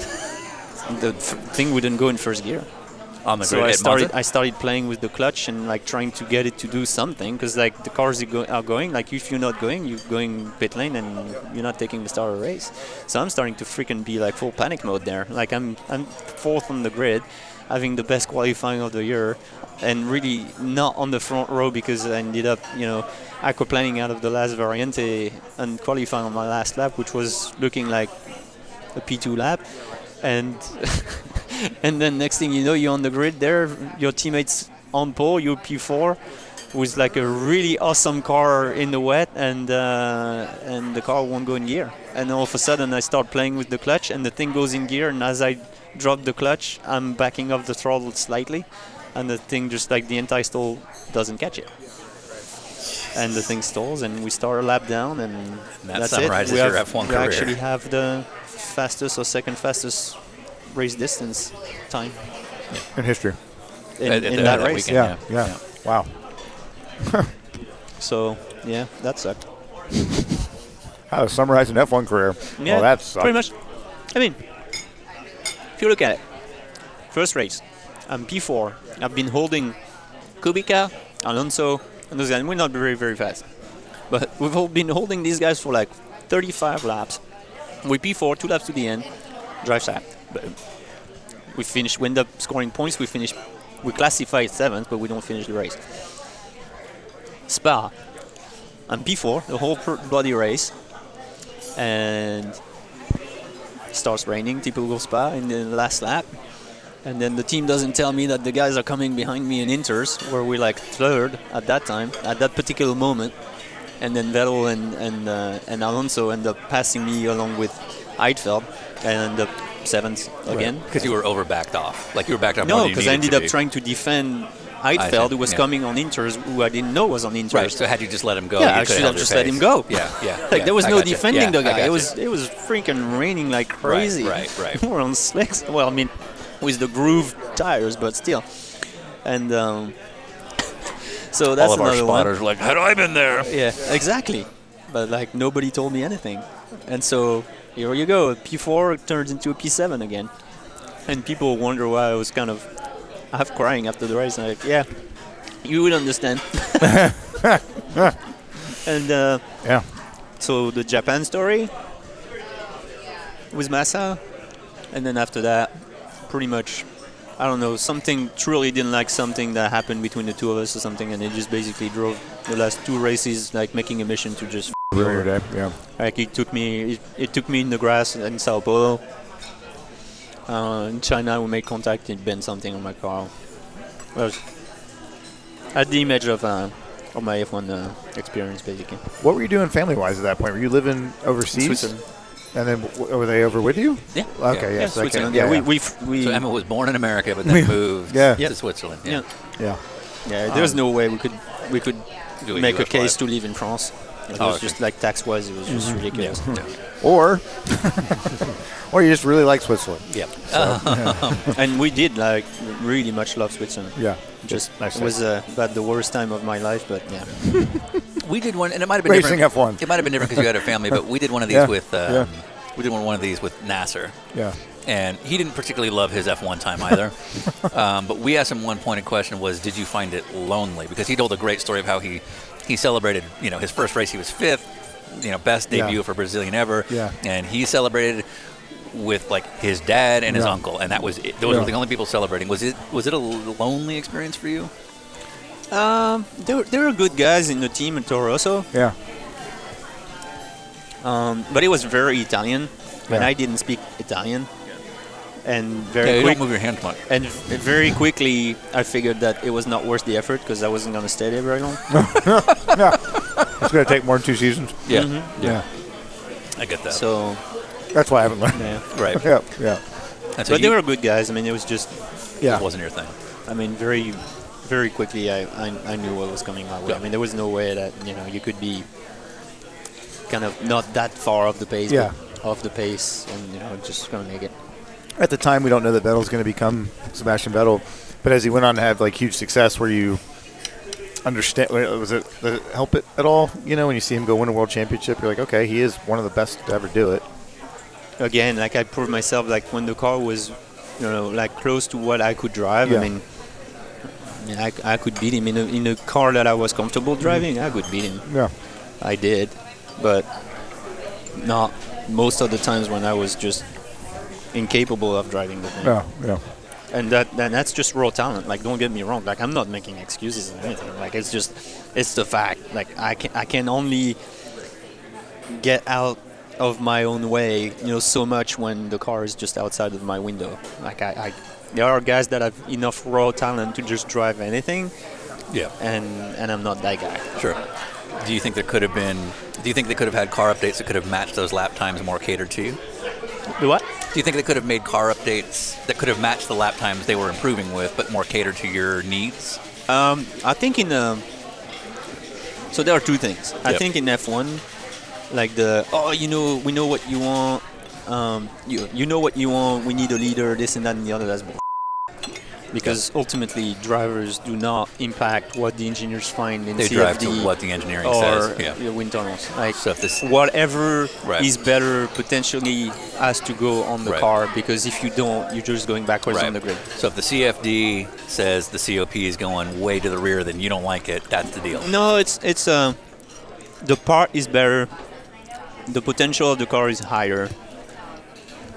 Speaker 5: the f- thing wouldn't go in first gear.
Speaker 4: On the
Speaker 5: so
Speaker 4: grid
Speaker 5: I
Speaker 4: at
Speaker 5: started
Speaker 4: Monza?
Speaker 5: I started playing with the clutch and like trying to get it to do something because like the cars you go, are going like if you're not going you're going pit lane and you're not taking the start of the race. So I'm starting to freaking be like full panic mode there. Like I'm I'm fourth on the grid, having the best qualifying of the year, and really not on the front row because I ended up you know aquaplaning out of the last variante and qualifying on my last lap, which was looking like a P2 lap, and and then next thing you know, you're on the grid there. Your teammates on pole, you're P4, with like a really awesome car in the wet, and uh, and the car won't go in gear. And all of a sudden, I start playing with the clutch, and the thing goes in gear. And as I drop the clutch, I'm backing off the throttle slightly, and the thing just like the anti-stall doesn't catch it. And the thing stalls, and we start a lap down, and,
Speaker 4: that
Speaker 5: that's
Speaker 4: summarizes
Speaker 5: it. We
Speaker 4: your
Speaker 5: have-
Speaker 4: F1
Speaker 5: we
Speaker 4: career.
Speaker 5: actually have the fastest or second fastest race distance time
Speaker 1: in history.
Speaker 5: in,
Speaker 4: At- at
Speaker 5: in
Speaker 4: the-
Speaker 5: that
Speaker 4: that
Speaker 5: race.
Speaker 4: weekend.
Speaker 1: Yeah,
Speaker 4: Yeah,
Speaker 1: yeah.
Speaker 4: yeah.
Speaker 1: Wow.
Speaker 5: So yeah, that sucked.
Speaker 1: How to summarize an F1 career?
Speaker 5: Yeah,
Speaker 1: well, that sucks.
Speaker 5: pretty much. I mean, if you look at it, first race, I'm P4. I've been holding Kubica, Alonso, and those guys. We're not very very fast, but we've all been holding these guys for like 35 laps. We P4, two laps to the end, drive side. But we finished. We end up scoring points. We finished. We classified seventh, but we don't finish the race. Spa, I'm P4 the whole pr- bloody race and starts raining, typical spa in the last lap. And then the team doesn't tell me that the guys are coming behind me in Inters, where we're like third at that time, at that particular moment. And then Vettel and and, uh, and Alonso end up passing me along with Heidfeld and end up seventh again.
Speaker 4: Because you were over backed off. Like you were backed off. more
Speaker 5: No,
Speaker 4: than you
Speaker 5: because I
Speaker 4: needed
Speaker 5: ended
Speaker 4: to
Speaker 5: up
Speaker 4: be.
Speaker 5: trying to defend Heidfeld, who was
Speaker 4: yeah.
Speaker 5: coming on Inters, who I didn't know was on Inters.
Speaker 4: Right. So had you just let him go,
Speaker 5: Yeah,
Speaker 4: you
Speaker 5: I
Speaker 4: could
Speaker 5: should have
Speaker 4: held your
Speaker 5: just let
Speaker 4: pace.
Speaker 5: him go.
Speaker 4: Yeah, yeah.
Speaker 5: like
Speaker 4: yeah,
Speaker 5: there was
Speaker 4: I
Speaker 5: no
Speaker 4: gotcha.
Speaker 5: defending
Speaker 4: Yeah,
Speaker 5: the
Speaker 4: I
Speaker 5: guy.
Speaker 4: gotcha.
Speaker 5: It was it was freaking raining like crazy.
Speaker 4: right, right.
Speaker 5: We're on slicks. Well, I mean, with the grooved tires, but still. And um, so that's
Speaker 4: all of our
Speaker 5: another one.
Speaker 4: spotters were like, had I been there?
Speaker 5: Yeah, exactly. But like nobody told me anything, and so here you go. A P4 turns into a P7 again, and people wonder why I was kind of half crying after the race. And I'm like, yeah, you would understand. and uh,
Speaker 1: Yeah.
Speaker 5: so the Japan story with Massa, and then after that, pretty much, I don't know, something truly didn't like something that happened between the two of us or something, and it just basically drove the last two races like making a mission to just
Speaker 1: Ruin your day. Yeah.
Speaker 5: like it took me it, it took me in the grass in Sao Paulo. Uh, in China, we made contact. It bent something on my car. Well, at the image of uh, of my F1 uh, experience, basically.
Speaker 1: What were you doing family wise at that point? Were you living overseas?
Speaker 5: Switzerland.
Speaker 1: And then w- were they over with you?
Speaker 5: Yeah.
Speaker 1: Okay.
Speaker 5: Yeah,
Speaker 1: Yes. okay.
Speaker 5: Switzerland. Yeah, we
Speaker 1: yeah.
Speaker 5: we f- we.
Speaker 4: So Emma was born in America, but then moved
Speaker 1: Yeah.
Speaker 4: to
Speaker 1: Yeah.
Speaker 4: Switzerland.
Speaker 5: yeah.
Speaker 1: yeah. Um,
Speaker 5: Yeah, there's no way we could we could
Speaker 4: Do a
Speaker 5: make a
Speaker 4: US
Speaker 5: case
Speaker 4: life.
Speaker 5: to live in France. It
Speaker 4: Oh,
Speaker 5: was
Speaker 4: okay.
Speaker 5: just like tax wise, it was just
Speaker 1: Mm-hmm.
Speaker 5: ridiculous.
Speaker 1: Or, or you just really like Switzerland.
Speaker 4: Yep.
Speaker 5: and we did like really much love Switzerland.
Speaker 1: Yeah.
Speaker 5: just
Speaker 1: Nice
Speaker 5: it was uh, about the worst time of my life, but yeah.
Speaker 1: Mm-hmm.
Speaker 4: we did one, and it might have been
Speaker 1: Racing
Speaker 4: different.
Speaker 1: F1.
Speaker 4: It might have been different because you had a family, but we did one of these
Speaker 1: Yeah,
Speaker 4: with. Um,
Speaker 1: yeah.
Speaker 4: We did one of these with Nasser.
Speaker 1: Yeah.
Speaker 4: and he didn't particularly love his F1 time either. um, but we asked him one pointed question was, did you find it lonely? Because he told a great story of how he he celebrated, you know, his first race he was fifth, you know, best
Speaker 1: Yeah.
Speaker 4: debut for Brazilian ever,
Speaker 1: Yeah.
Speaker 4: and he celebrated with like his dad and his
Speaker 1: Yeah.
Speaker 4: uncle, and that was it. those
Speaker 1: Yeah.
Speaker 4: were the only people celebrating. Was it was it a lonely experience for you?
Speaker 5: Um, there, there are good guys in the team at Toro Rosso,
Speaker 1: Yeah.
Speaker 5: um, but it was very Italian, and
Speaker 1: Yeah.
Speaker 5: I didn't speak Italian. And
Speaker 4: Yeah,
Speaker 5: very
Speaker 4: you
Speaker 5: quick,
Speaker 4: don't move your hand much.
Speaker 5: and v- very quickly, I figured that it was not worth the effort because I wasn't gonna stay there very long.
Speaker 1: It's going to take more than two seasons.
Speaker 4: Yeah,
Speaker 1: Yeah.
Speaker 4: Mm-hmm. I get that.
Speaker 5: so
Speaker 1: That's why I haven't learned.
Speaker 5: yeah,
Speaker 4: right,
Speaker 1: Yeah. Yeah.
Speaker 4: And so
Speaker 5: but
Speaker 4: you-
Speaker 5: they were good guys. I mean, it was just
Speaker 1: Yeah.
Speaker 4: it wasn't your thing.
Speaker 5: I mean, very, very quickly, I, I, I knew what was coming my way. I mean, there was no way that you know you could be kind of not that far off the pace,
Speaker 1: Yeah.
Speaker 5: but off the pace, and you know just gonna make it.
Speaker 1: At the time, we don't know that Vettel's going to become Sebastian Vettel, but as he went on to have like huge success, where you understand, was it did it help it at all? You know, when you see him go win a world championship, you're like, okay, he is one of the best to ever do it.
Speaker 5: Again, like I proved myself, like when the car was you know, like close to what I could drive.
Speaker 1: Yeah.
Speaker 5: I mean, I, mean, I, c- I could beat him in a, in a car that I was comfortable driving. I could beat him.
Speaker 1: Yeah.
Speaker 5: I did, but not most of the times when I was just incapable of driving the thing.
Speaker 1: Yeah. Yeah.
Speaker 5: And that and that's just raw talent. Like, don't get me wrong. Like, I'm not making excuses or anything. Like, it's just, it's the fact. Like, I can I can only get out of my own way, you know, so much when the car is just outside of my window. Like, I, I there are guys that have enough raw talent to just drive anything,
Speaker 4: Yeah.
Speaker 5: and and I'm not that guy.
Speaker 4: Sure. Do you think there could have been? Do you think they could have had car updates that could have matched those lap times more catered to you?
Speaker 5: Do what?
Speaker 4: Do you think they could have made car updates that could have matched the lap times they were improving with, but more catered to your needs?
Speaker 5: Um, I think in um, so there are two things. I
Speaker 4: Yep.
Speaker 5: think in F1, like the oh, you know, we know what you want. Um, you you know what you want. We need a leader. This and that and the other. That's bull. Because ultimately, drivers do not impact what the engineers find in
Speaker 4: They
Speaker 5: CFD
Speaker 4: drive to what the engineering
Speaker 5: or
Speaker 4: says. Yeah.
Speaker 5: uh, wind tunnels. Like
Speaker 4: So if this-
Speaker 5: whatever
Speaker 4: Right.
Speaker 5: is better potentially has to go on the
Speaker 4: Right.
Speaker 5: car. Because if you don't, you're just going backwards on the grid.
Speaker 4: So if the CFD says the COP is going way to the rear, then you don't like it. That's the deal.
Speaker 5: No, it's it's uh, the part is better. The potential of the car is higher.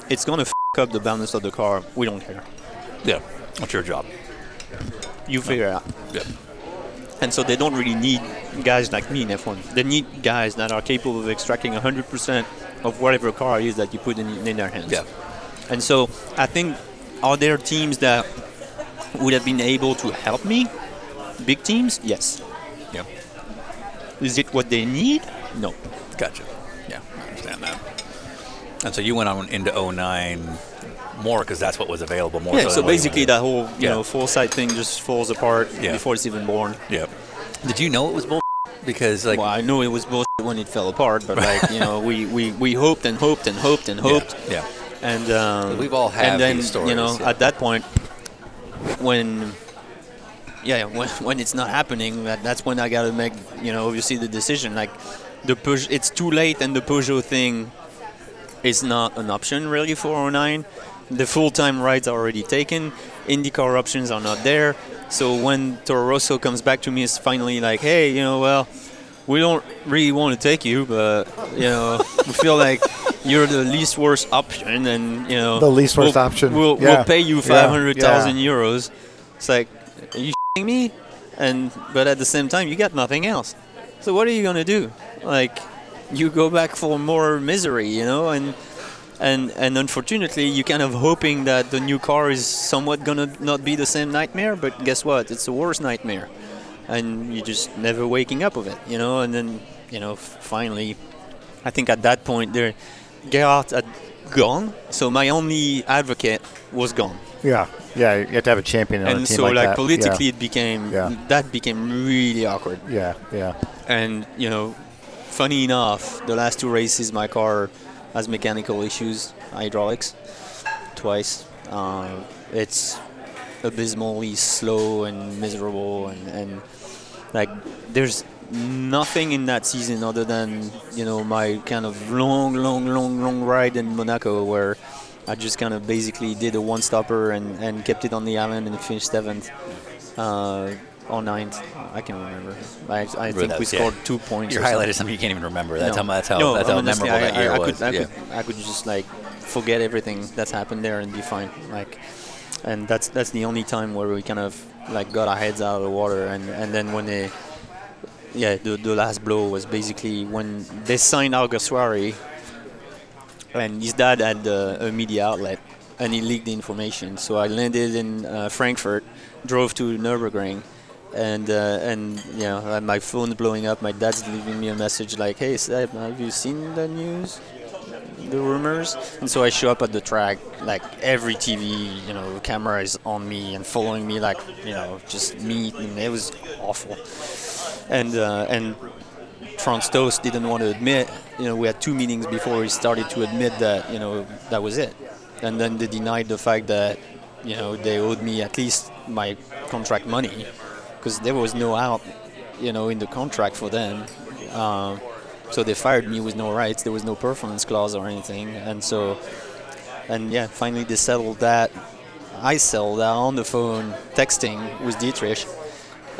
Speaker 5: It's gonna f- up the balance of the car. We don't care.
Speaker 4: Yeah. That's your job.
Speaker 5: You figure it out.
Speaker 4: Yeah.
Speaker 5: And so they don't really need guys like me in F1. They need guys that are capable of extracting 100% of whatever car it is that you put in, in their hands.
Speaker 4: Yeah.
Speaker 5: And so I think are there teams that would have been able to help me? Big teams? Yes.
Speaker 4: Yeah.
Speaker 5: Is it what they need? No.
Speaker 4: Gotcha. Yeah. I understand that. And so you went on into 09 more because that's what was available more.
Speaker 5: Yeah,
Speaker 4: than
Speaker 5: so
Speaker 4: what you
Speaker 5: basically
Speaker 4: wanted.
Speaker 5: that whole you
Speaker 4: Yeah.
Speaker 5: know foresight thing just falls apart
Speaker 4: Yeah.
Speaker 5: before it's even born.
Speaker 4: Yeah. Did you know it was bull? Because like
Speaker 5: well, I knew it was bullshit when it fell apart, but like you know, we, we, we hoped and hoped and hoped and hoped,
Speaker 4: Yeah.
Speaker 5: and um,
Speaker 4: We've all had
Speaker 5: and then
Speaker 4: these stories,
Speaker 5: you know
Speaker 4: yeah.
Speaker 5: at that point when yeah when, when it's not happening that, that's when I gotta make you know obviously the decision like the Peugeot, it's too late and the Peugeot thing is not an option really for 09. The full-time rides are already taken. IndyCar options are not there. So when Toro Rosso comes back to me, it's finally like, hey, you know, well, we don't really want to take you, but you know, we feel like you're the least worst option, and you know,
Speaker 1: The least worst
Speaker 5: we'll-
Speaker 1: option.
Speaker 5: We'll,
Speaker 1: Yeah.
Speaker 5: we'll pay you
Speaker 1: Yeah.
Speaker 5: 500,000 euros. It's like, are you shitting me? And but at the same time, you got nothing else. So what are you gonna do? Like, you go back for more misery, you know, and and and unfortunately, you're kind of hoping that the new car is somewhat gonna not be the same nightmare. But guess what? It's the worst nightmare, and you're just never waking up of it, you know. And then you know, f- finally, I think at that point, there, Gerhard had gone. So my only advocate was gone
Speaker 1: Yeah. Yeah. You have to have a champion on a team
Speaker 5: and so like,
Speaker 1: like, that.
Speaker 5: politically it became
Speaker 1: Yeah.
Speaker 5: that became really awkward
Speaker 1: Yeah. Yeah. yeah.
Speaker 5: and you know funny enough the last two races my car has mechanical issues hydraulics twice uh, it's abysmally slow and miserable and, and like there's nothing in that season other than you know my kind of long long long long ride in monaco where i just kind of basically did a one stopper and, and kept it on the island and finished seventh uh, or ninth i can remember i, I think we
Speaker 4: that's- yeah.
Speaker 5: scored two points
Speaker 4: you
Speaker 5: or something.
Speaker 4: highlighted something you can't even remember. That's
Speaker 5: No.
Speaker 4: how that's how
Speaker 5: No,
Speaker 4: that's how
Speaker 5: honestly,
Speaker 4: memorable
Speaker 5: I,
Speaker 4: that year
Speaker 5: I, I
Speaker 4: was.
Speaker 5: Could, I,
Speaker 4: yeah.
Speaker 5: could, I could just like forget everything that's happened there and be fine. Like, and that's that's the only time where we kind of like got our heads out of the water. And and then when they, yeah, the, the last blow was basically when they signed Algaswari, and his dad had uh, a media outlet, and he leaked the information. So I landed in uh, Frankfurt, drove to Nurburgring, and uh, and you know like, my phone's blowing up. My dad's leaving me a message like, "Hey, Seb, have you seen the news, the rumors?" And so I show up at the track, like every TV, you know, camera is on me and following me, like you know, just me. And it was awful. And uh, and Franz Toast didn't want to admit, you know, we had two meetings before he started to admit that, you know, that was it. And then they denied the fact that, you know, they owed me at least my contract money because there was no out, you know, in the contract for them. Um, so they fired me with no rights. There was no performance clause or anything. And so, and yeah, finally they settled that I sold out on the phone texting with Dietrich,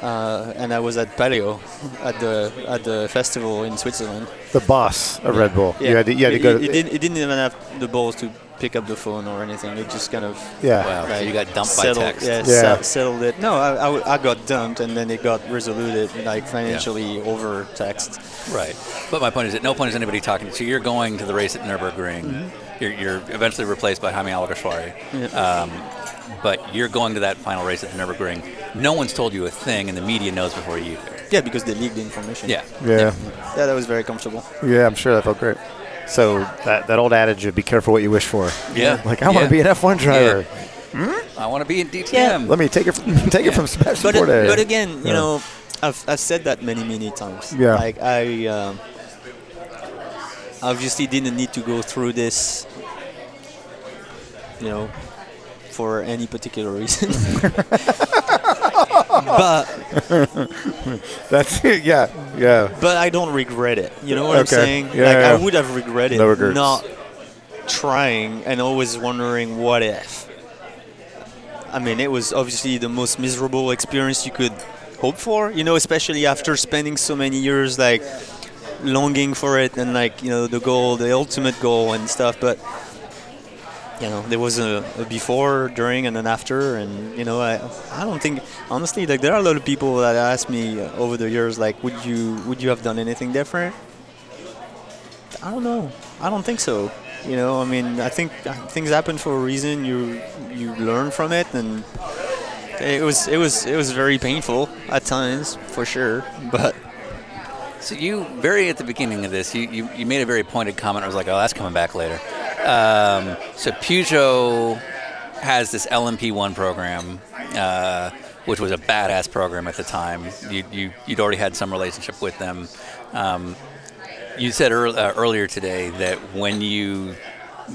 Speaker 5: uh, and I was at Paleo at the at the festival in Switzerland.
Speaker 1: The boss of Red Bull.
Speaker 5: Yeah.
Speaker 1: You had to, you had to
Speaker 5: It-
Speaker 1: go.
Speaker 5: it-
Speaker 1: To,
Speaker 5: it, didn't, it didn't even have the balls to pick up the phone or anything. It just kind of
Speaker 1: yeah.
Speaker 4: Wow. So you got dumped by
Speaker 5: settled,
Speaker 4: text.
Speaker 5: Yeah,
Speaker 1: Yeah.
Speaker 5: se- settled it. No, I, I, I got dumped and then it got resoluted like financially over text.
Speaker 4: Right. But my point is, at no point is anybody talking. So you're going to the race at Nürburgring.
Speaker 5: Mm-hmm.
Speaker 4: You're, you're eventually replaced by Jaime Alguersuari. Um, but you're going to that final race at the Nürburgring. No one's told you a thing, and the media knows before you. do.
Speaker 5: Yeah, because they leaked the information.
Speaker 4: Yeah.
Speaker 1: Yeah.
Speaker 5: yeah, that was very comfortable.
Speaker 1: Yeah, I'm sure that felt great. So that, that old adage of be careful what you wish for.
Speaker 4: Yeah.
Speaker 1: Like I want
Speaker 4: Yeah.
Speaker 1: to be an F1 driver.
Speaker 4: I want to be in DTM.
Speaker 1: Let me take it from, take it from Sebastian
Speaker 5: But,
Speaker 1: Bourdais.
Speaker 5: but again, you
Speaker 1: Yeah.
Speaker 5: know, I've, I've said that many, many times.
Speaker 1: Yeah.
Speaker 5: Like, I um, obviously didn't need to go through this, you know, for any particular reason. but
Speaker 1: that's yeah yeah
Speaker 5: but I don't regret it. You know what I'm
Speaker 1: Okay.
Speaker 5: saying?
Speaker 1: Yeah,
Speaker 5: like
Speaker 1: yeah.
Speaker 5: I would have regretted
Speaker 1: No regrets.
Speaker 5: not trying and always wondering what if. I mean, it was obviously the most miserable experience you could hope for. You know, especially after spending so many years like longing for it and like you know the goal, the ultimate goal and stuff. But you know, there was a, a before, during, and an after, and you know, I, I don't think honestly, like there are a lot of people that ask me uh, over the years, like, would you would you have done anything different? I don't know. I don't think so. You know, I mean, I think uh, things happen for a reason. You you learn from it, and it was it was it was very painful at times, for sure. But
Speaker 4: So you very at the beginning of this, you, you, you made a very pointed comment. I was like, oh, that's coming back later. Um, so Peugeot has this LMP1 program, uh, which was a badass program at the time. You, you you'd already had some relationship with them. Um, you said ear- uh, earlier today that when you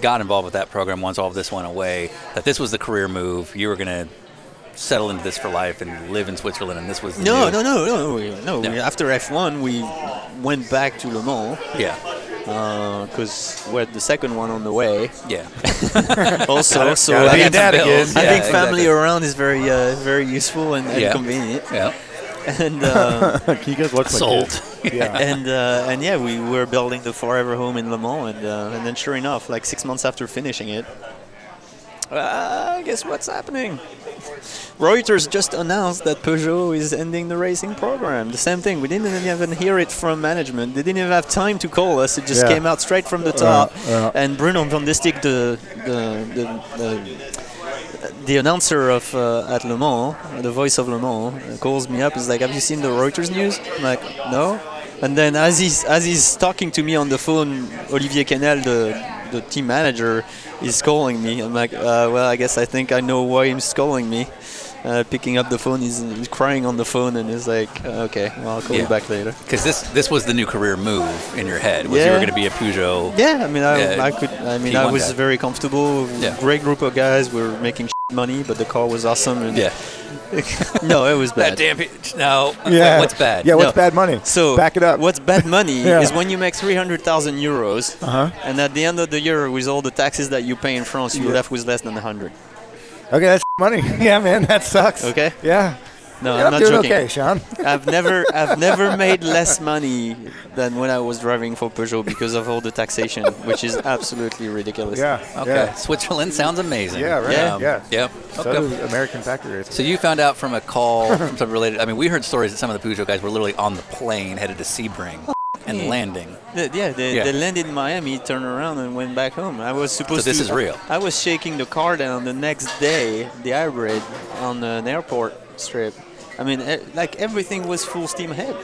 Speaker 4: got involved with that program, once all of this went away, that this was the career move. You were going to settle into this for life and live in Switzerland, and this was the
Speaker 5: no,
Speaker 4: new-
Speaker 5: no, no, no, we- no.
Speaker 4: No.
Speaker 5: no. After F1, we went back to Le Mans. uh,
Speaker 4: yeah,
Speaker 5: because we're the second one on the way.
Speaker 4: yeah.
Speaker 5: Also, so
Speaker 1: gotta
Speaker 5: I
Speaker 1: be a
Speaker 5: think,
Speaker 1: dad again.
Speaker 5: I
Speaker 4: Yeah,
Speaker 5: think
Speaker 4: exactly.
Speaker 5: family around is very, uh, very useful and, and
Speaker 4: Yeah.
Speaker 5: convenient.
Speaker 4: Yeah.
Speaker 5: And uh,
Speaker 1: can you guys watch my
Speaker 4: Sold.
Speaker 1: kid? yeah
Speaker 5: and uh, and yeah, we were building the forever home in Le Mans, and uh, and then sure enough, like six months after finishing it, uh, guess what's happening? Reuters just announced that Peugeot is ending the racing program. The same thing. We didn't even hear it from management. They didn't even have time to call us. It just
Speaker 1: Yeah.
Speaker 5: came out straight from the top.
Speaker 1: yeah.
Speaker 5: And Bruno Van Distik, the the, the, the the announcer of uh, at Le Mans, the voice of Le Mans, uh, calls me up. He's like, "Have you seen the Reuters news?" I'm like, "No." And then as he's as he's talking to me on the phone, Olivier Canel, the the team manager, is calling me. I'm like, uh, "Well, I guess I think I know why he's calling me." Uh, picking up the phone, he's, he's crying on the phone, and he's like, "Uh, "Okay, well, I'll call
Speaker 4: Yeah.
Speaker 5: you back later."
Speaker 4: Because this this was the new career move in your head was you were
Speaker 5: Yeah.
Speaker 4: going to be a Peugeot.
Speaker 5: Yeah, I mean, I,
Speaker 4: Yeah,
Speaker 5: I could. I mean,
Speaker 4: P1
Speaker 5: I was
Speaker 4: guy.
Speaker 5: very comfortable.
Speaker 4: Yeah.
Speaker 5: Great group of guys. We were making money, but the car was awesome. And
Speaker 4: Yeah.
Speaker 5: no, it was bad.
Speaker 4: That damn Peu- no.
Speaker 1: yeah
Speaker 4: What's bad?
Speaker 1: yeah what's
Speaker 5: No.
Speaker 1: bad money
Speaker 5: So
Speaker 1: back it up
Speaker 5: What's bad money
Speaker 1: Yeah. Uh-huh.
Speaker 5: is when you make 300,000 euros, and at the end of the year, with all the taxes that you pay in France, you're
Speaker 1: Yeah.
Speaker 5: left with less than 100.
Speaker 1: okay that's money yeah man that sucks
Speaker 5: Okay.
Speaker 1: yeah,
Speaker 5: No,
Speaker 1: Yeah,
Speaker 5: I'm not
Speaker 1: doing
Speaker 5: joking.
Speaker 1: okay Sean
Speaker 5: I've never, I've never made less money than when I was driving for Peugeot because of all the taxation, which is absolutely ridiculous.
Speaker 1: yeah
Speaker 4: Okay.
Speaker 1: yeah.
Speaker 4: Switzerland sounds amazing. Um,
Speaker 1: Yeah, right.
Speaker 5: Yeah.
Speaker 1: Yeah.
Speaker 4: Yep.
Speaker 1: So
Speaker 4: Okay.
Speaker 1: do American factory race.
Speaker 4: So you found out from a call from some related. I mean, we heard stories that some of the Peugeot guys were literally on the plane headed to Sebring and
Speaker 5: me.
Speaker 4: landing.
Speaker 5: Th- Yeah, they,
Speaker 4: Yeah.
Speaker 5: they landed in Miami, turned around, and went back home. I was supposed
Speaker 4: So this
Speaker 5: to.
Speaker 4: is real.
Speaker 5: I was shaking the car down the next day, the hybrid, on an airport strip. I mean, e- like everything was full steam ahead,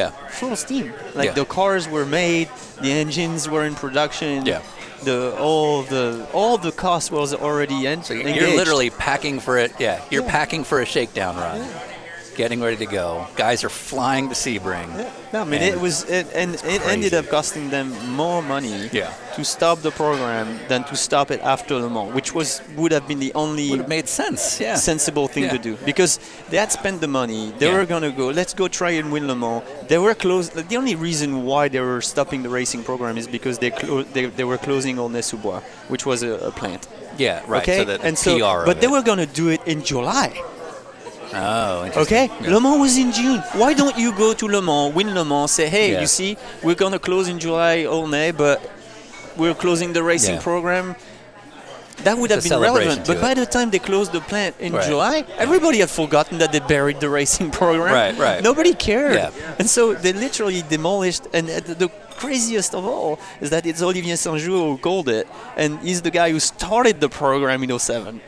Speaker 4: Yeah.
Speaker 5: full steam. Like
Speaker 4: Yeah.
Speaker 5: the cars were made, the engines were in production.
Speaker 4: Yeah.
Speaker 5: The all the all the cost was already en-
Speaker 4: So you're
Speaker 5: engaged.
Speaker 4: literally packing for it. Yeah. You're
Speaker 5: Yeah.
Speaker 4: packing for a shakedown run. getting ready to go. Guys are flying to Sebring.
Speaker 5: No, I mean
Speaker 4: And
Speaker 5: it was, it, and it ended up costing them more money
Speaker 4: Yeah.
Speaker 5: to stop the program than to stop it after Le Mans, which was would have been the only
Speaker 4: would have made sense. Yeah.
Speaker 5: sensible thing
Speaker 4: Yeah.
Speaker 5: to do because they had spent the money. They
Speaker 4: Yeah.
Speaker 5: were gonna go. Let's go try and win Le Mans. They were close. The only reason why they were stopping the racing program is because they clo- they, they were closing Aulnay-sous-Bois, which was a, a plant.
Speaker 4: Yeah. Right.
Speaker 5: Okay,
Speaker 4: So the
Speaker 5: and
Speaker 4: PR
Speaker 5: so
Speaker 4: of
Speaker 5: but they
Speaker 4: it.
Speaker 5: were gonna do it in July.
Speaker 4: Oh. Interesting.
Speaker 5: Okay,
Speaker 4: Yeah.
Speaker 5: Le Mans was in June. Why don't you go to Le Mans, win Le Mans, say, hey,
Speaker 4: Yeah.
Speaker 5: you see, we're going to close in July, Aulnay, but we're closing the racing
Speaker 4: Yeah.
Speaker 5: program. That would
Speaker 4: It's a
Speaker 5: have been
Speaker 4: celebration
Speaker 5: relevant.
Speaker 4: to
Speaker 5: But by
Speaker 4: it.
Speaker 5: the time they closed the plant in
Speaker 4: Right.
Speaker 5: July, everybody had forgotten that they buried the racing program.
Speaker 4: Right, right.
Speaker 5: Nobody cared.
Speaker 4: Yeah.
Speaker 5: And so they literally demolished. And uh, the the craziest of all is that it's Olivier Saint-Jean who called it. And he's the guy who started the program in 07.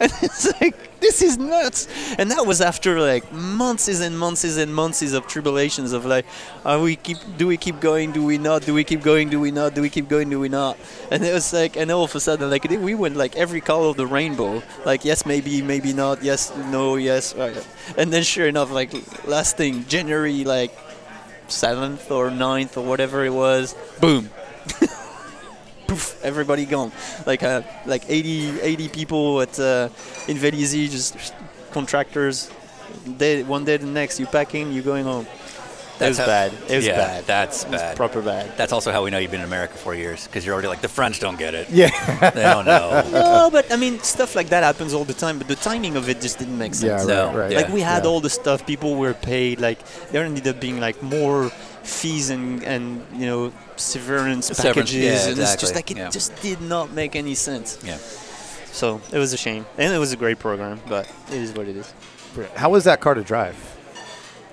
Speaker 5: And it's like, this is nuts. And that was after like months and months and months of tribulations of like, are we keep, do we keep going? Do we not? Do we keep going? Do we not? Do we keep going? Do we not? And it was like, and all of a sudden, like we went like every color of the rainbow. Like yes, maybe, maybe not. Yes, no, yes. Right. And then sure enough, like last thing, January like seventh or 9th or whatever it was, boom, poof, everybody gone. Like uh, like 80, 80 people at uh, in Vélizy, just contractors. Day, one day the next, you packing, you going home. it was
Speaker 4: how-
Speaker 5: bad. It was
Speaker 4: yeah,
Speaker 5: bad.
Speaker 4: That's bad.
Speaker 5: Proper bad.
Speaker 4: That's also how we know you've been in America for years because you're already like the French don't get it.
Speaker 1: Yeah.
Speaker 4: They don't know.
Speaker 5: No, but I mean, stuff like that happens all the time. But the timing of it just didn't make sense.
Speaker 1: Yeah, right,
Speaker 4: No.
Speaker 1: right.
Speaker 5: Like
Speaker 4: Yeah.
Speaker 5: we had
Speaker 1: Yeah.
Speaker 5: all the stuff. People were paid. Like there ended up being like more fees and and you know severance
Speaker 4: Severance,
Speaker 5: packages.
Speaker 4: yeah,
Speaker 5: and it's just
Speaker 4: exactly,
Speaker 5: like it
Speaker 4: yeah.
Speaker 5: just did not make any sense.
Speaker 4: Yeah.
Speaker 5: So it was a shame, and it was a great program, but it is what it is.
Speaker 1: How was that car to drive?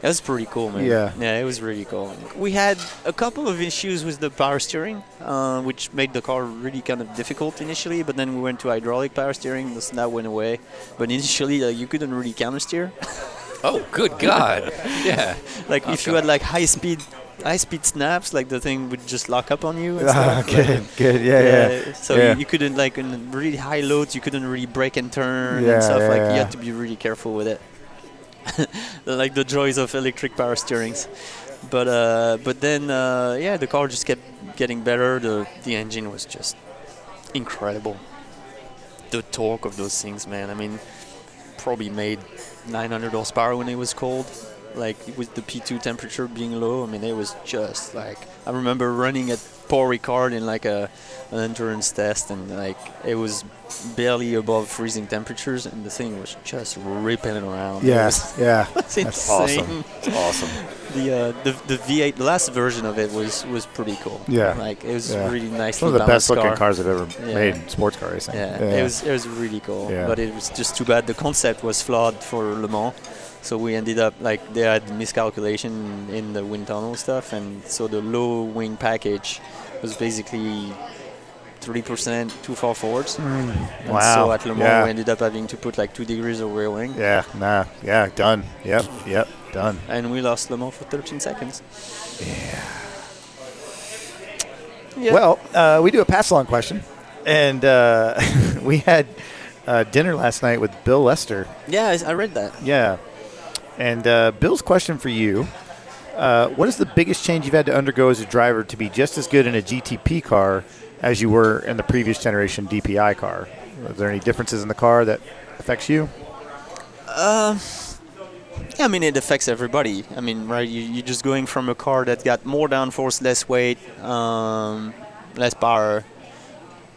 Speaker 5: That was pretty cool, man.
Speaker 1: Yeah.
Speaker 5: yeah, it was really cool. We had a couple of issues with the power steering, uh, which made the car really kind of difficult initially. But then we went to hydraulic power steering, this- that went away. But initially, uh, you couldn't really counter steer.
Speaker 4: Oh, good God. Yeah.
Speaker 5: like if you
Speaker 4: Okay.
Speaker 5: had like high speed, high speed snaps, like the thing would just lock up on you. And
Speaker 1: Ah,
Speaker 5: stuff. Like,
Speaker 1: good, good, yeah, yeah.
Speaker 5: So
Speaker 1: yeah.
Speaker 5: You, you couldn't like in really high loads, you couldn't really break and turn
Speaker 1: Yeah,
Speaker 5: and stuff
Speaker 1: yeah,
Speaker 5: like.
Speaker 1: yeah.
Speaker 5: You had to be really careful with it. like the joys of electric power steerings, but uh, but then uh, yeah, the car just kept getting better. The the engine was just incredible. The torque of those things, man. I mean, probably made 900 horsepower when it was cold. Like with the P2 temperature being low, I mean it was just like I remember running at Paul Ricard in like a an endurance test, and like it was barely above freezing temperatures, and the thing was just ripping around. It
Speaker 1: Yes, yeah.
Speaker 5: was
Speaker 1: That's
Speaker 5: insane.
Speaker 1: awesome. It's awesome.
Speaker 5: The, uh, the the V8, the last version of it was was pretty cool.
Speaker 1: Yeah.
Speaker 5: like it was
Speaker 1: Yeah.
Speaker 5: really nice.
Speaker 1: It's one of the best looking
Speaker 5: car.
Speaker 1: cars I've ever
Speaker 5: Yeah.
Speaker 1: made in sports car racing.
Speaker 5: Yeah, it was it was really cool.
Speaker 1: Yeah.
Speaker 5: But it was just too bad. The concept was flawed for Le Mans, so we ended up like they had miscalculation in the wind tunnel stuff, and so the low wing package was basically three percent too far forwards. And So
Speaker 1: Mm. Wow.
Speaker 5: at Le Mans,
Speaker 1: Yeah.
Speaker 5: we ended up having to put like two degrees of rear wing,
Speaker 1: Yeah, nah, yeah, done. Yep, yep, done.
Speaker 5: and we lost Le Mans for 13 seconds. Yeah.
Speaker 1: Well, uh, we do a pass along question, and uh, we had uh, dinner last night with Bill Lester.
Speaker 5: yeah, I, I read that.
Speaker 1: Yeah, and uh, Bill's question for you: uh, What is the biggest change you've had to undergo as a driver to be just as good in a GTP car as you were in the previous generation DPI car? Are there any differences in the car that affects you?
Speaker 5: Yeah, I mean, it affects everybody. I mean, right? You, you're just going from a car that got more downforce, less weight, um, less power,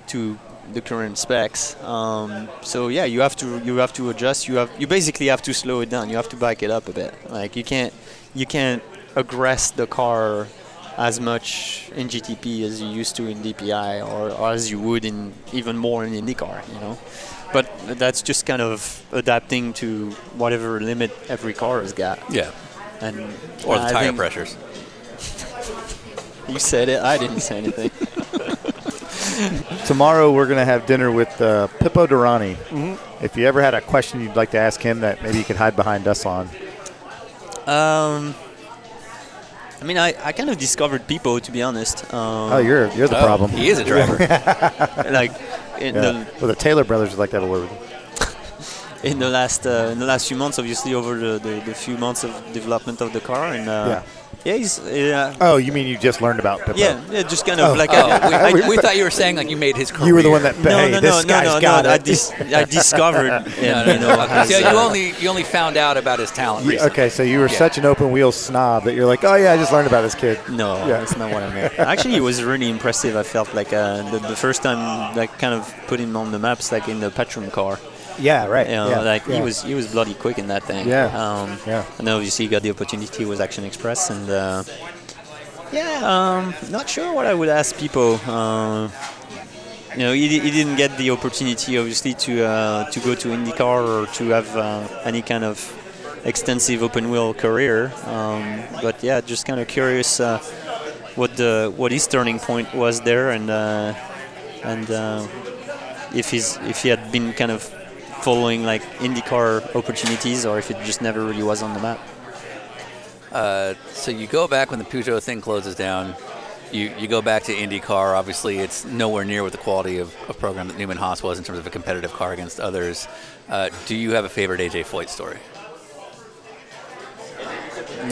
Speaker 5: to the current specs. Um, so yeah, you have to you have to adjust. You have you basically have to slow it down. You have to back it up a bit. Like you can't you can't aggress the car as much in GTP as you used to in DPI or, or as you would in even more in IndyCar. You know, but that's just kind of adapting to whatever limit every car has got.
Speaker 4: Yeah.
Speaker 5: And
Speaker 4: Or the
Speaker 5: I
Speaker 4: tire
Speaker 5: think-
Speaker 4: pressures.
Speaker 5: You said it. I didn't say anything.
Speaker 1: Tomorrow we're going to have dinner with uh, Pippo Durrani. If you ever had a question you'd like to ask him that maybe you could hide behind us on,
Speaker 5: Um, I mean, I, I kind of discovered people to be honest. Um,
Speaker 1: oh, you're you're the
Speaker 4: Oh,
Speaker 1: problem.
Speaker 4: He is a driver.
Speaker 5: like in
Speaker 1: Yeah.
Speaker 5: the,
Speaker 1: Well, the Taylor brothers would like to have a word with you.
Speaker 5: in the last uh, in the last few months, obviously over the, the, the few months of development of the car, and uh, yeah, he's uh,
Speaker 1: Oh, you mean you just learned about Pippo?
Speaker 5: yeah, yeah, just kind of
Speaker 1: Oh.
Speaker 5: like
Speaker 4: Oh,
Speaker 5: I-
Speaker 4: we, I, we thought you were saying like you made his career.
Speaker 1: You were the one that.
Speaker 5: no,
Speaker 1: hey,
Speaker 5: no,
Speaker 1: this
Speaker 5: no,
Speaker 1: guy's
Speaker 5: no,
Speaker 1: got
Speaker 5: no,
Speaker 1: it.
Speaker 5: I, dis- I discovered
Speaker 4: No,
Speaker 5: him,
Speaker 4: no,
Speaker 5: you know.
Speaker 4: no.
Speaker 5: as,
Speaker 4: yeah, you
Speaker 5: uh,
Speaker 4: only you only found out about his talent.
Speaker 1: You-
Speaker 4: recently.
Speaker 1: okay, so you were
Speaker 4: Yeah.
Speaker 1: such an open wheel snob that you're like, oh yeah, I just learned about this kid.
Speaker 5: No,
Speaker 1: Yeah.
Speaker 5: that's not what I meant. Actually, it was really impressive. I felt like uh, the, the first time, like, kind of put him on the maps, like in the Patron car.
Speaker 1: Yeah, right.
Speaker 5: You know,
Speaker 1: yeah,
Speaker 5: like
Speaker 1: yeah.
Speaker 5: he was he was bloody quick in that thing.
Speaker 1: Yeah.
Speaker 5: Um,
Speaker 1: Yeah.
Speaker 5: And obviously, he got the opportunity with Action Express, and uh, yeah, um, not sure what I would ask people. Uh, you know, he, di- he didn't get the opportunity, obviously, to uh, to go to IndyCar or to have uh, any kind of extensive open wheel career. Um, but yeah, just kind of curious uh, what the what his turning point was there, and uh, and uh, if he's if he had been kind of following like IndyCar opportunities, or if it just never really was on the map.
Speaker 4: Uh, so you go back when the Peugeot thing closes down. You, you go back to IndyCar. Obviously, it's nowhere near with the quality of a program that Newman Haas was in terms of a competitive car against others. Uh, do you have a favorite AJ Foyt story?